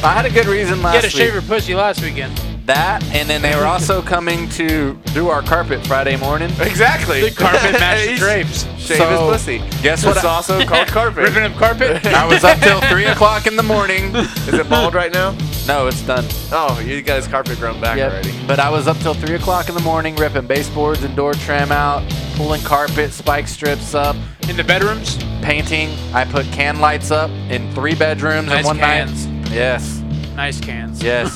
Speaker 1: I had a good reason last
Speaker 2: Get a
Speaker 1: week.
Speaker 2: shave your pussy last weekend.
Speaker 1: That, and then
Speaker 2: (laughs)
Speaker 1: they were also coming to do our carpet Friday morning.
Speaker 3: (laughs) Exactly.
Speaker 2: The
Speaker 1: (laughs)
Speaker 2: (laughs)
Speaker 3: (laughs)
Speaker 2: carpet matched the
Speaker 3: He's
Speaker 2: drapes.
Speaker 3: Shave
Speaker 1: So,
Speaker 3: his pussy.
Speaker 1: Guess what?
Speaker 3: It's
Speaker 1: I, (laughs)
Speaker 3: also called carpet.
Speaker 2: Ripping up carpet.
Speaker 1: I was up till three o'clock in the morning.
Speaker 3: Is it bald
Speaker 1: (laughs)
Speaker 3: right now?
Speaker 1: No, it's done.
Speaker 3: Oh, you got his carpet grown back
Speaker 1: Yep.
Speaker 3: already.
Speaker 1: But I was up till three o'clock in the morning, ripping baseboards and door trim out, pulling carpet, spike strips up,
Speaker 2: in the bedrooms.
Speaker 1: painting. I put can lights up in three bedrooms
Speaker 2: Nice
Speaker 1: in one
Speaker 2: cans.
Speaker 1: night. Yes.
Speaker 2: Nice cans. (laughs)
Speaker 1: Yes.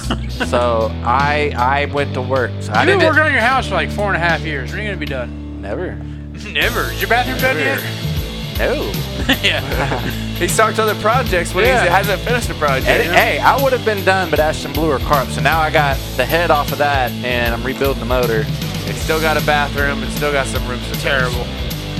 Speaker 1: so I I went to work. So I
Speaker 2: You've been
Speaker 1: didn't
Speaker 2: working on your house for like four and a half years. When are you gonna be done?
Speaker 1: (laughs) never.
Speaker 2: Never. Is your bathroom done yet?
Speaker 1: No.
Speaker 2: (laughs) yeah.
Speaker 1: (laughs)
Speaker 3: He starts other projects when
Speaker 1: Yeah.
Speaker 3: he hasn't finished a project.
Speaker 1: And it- hey, I would have been done, but Ashton blew her carp. So now I got the head off of that, and I'm rebuilding the motor.
Speaker 3: It's still got a bathroom. It's still got some rooms to finish.
Speaker 2: Terrible.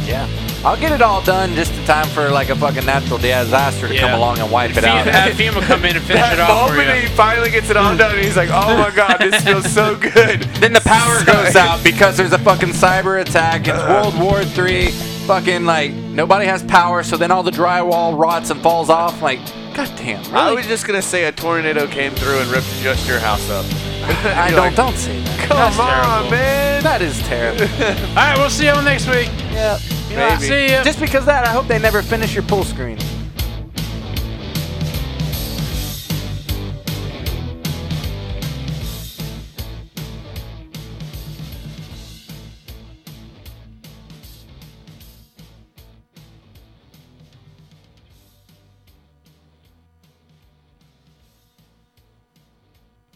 Speaker 1: Yeah. I'll get it all done just in time for like a fucking natural disaster to
Speaker 2: Yeah.
Speaker 1: come along and wipe it out.
Speaker 2: Have FEMA come in
Speaker 1: (laughs)
Speaker 2: and finish it off for
Speaker 3: Albany
Speaker 2: you.
Speaker 3: finally gets it all done, and he's like, "Oh my god, this feels so good."
Speaker 1: Then the power goes out because there's a fucking cyber attack. It's World War Three. Fucking like nobody has power, so then all the drywall rots and falls off. Like, goddamn,
Speaker 3: I
Speaker 1: really?
Speaker 3: was just gonna say a tornado came through and ripped just your house up. (laughs)
Speaker 1: I,
Speaker 3: You're
Speaker 1: don't
Speaker 3: like,
Speaker 1: don't say that.
Speaker 3: Come
Speaker 2: That's
Speaker 3: on,
Speaker 2: terrible.
Speaker 3: man.
Speaker 1: That is terrible.
Speaker 2: All right, we'll see you all next week.
Speaker 1: yeah.
Speaker 2: See ya.
Speaker 1: Just because of that, I hope they never finish your pull screen.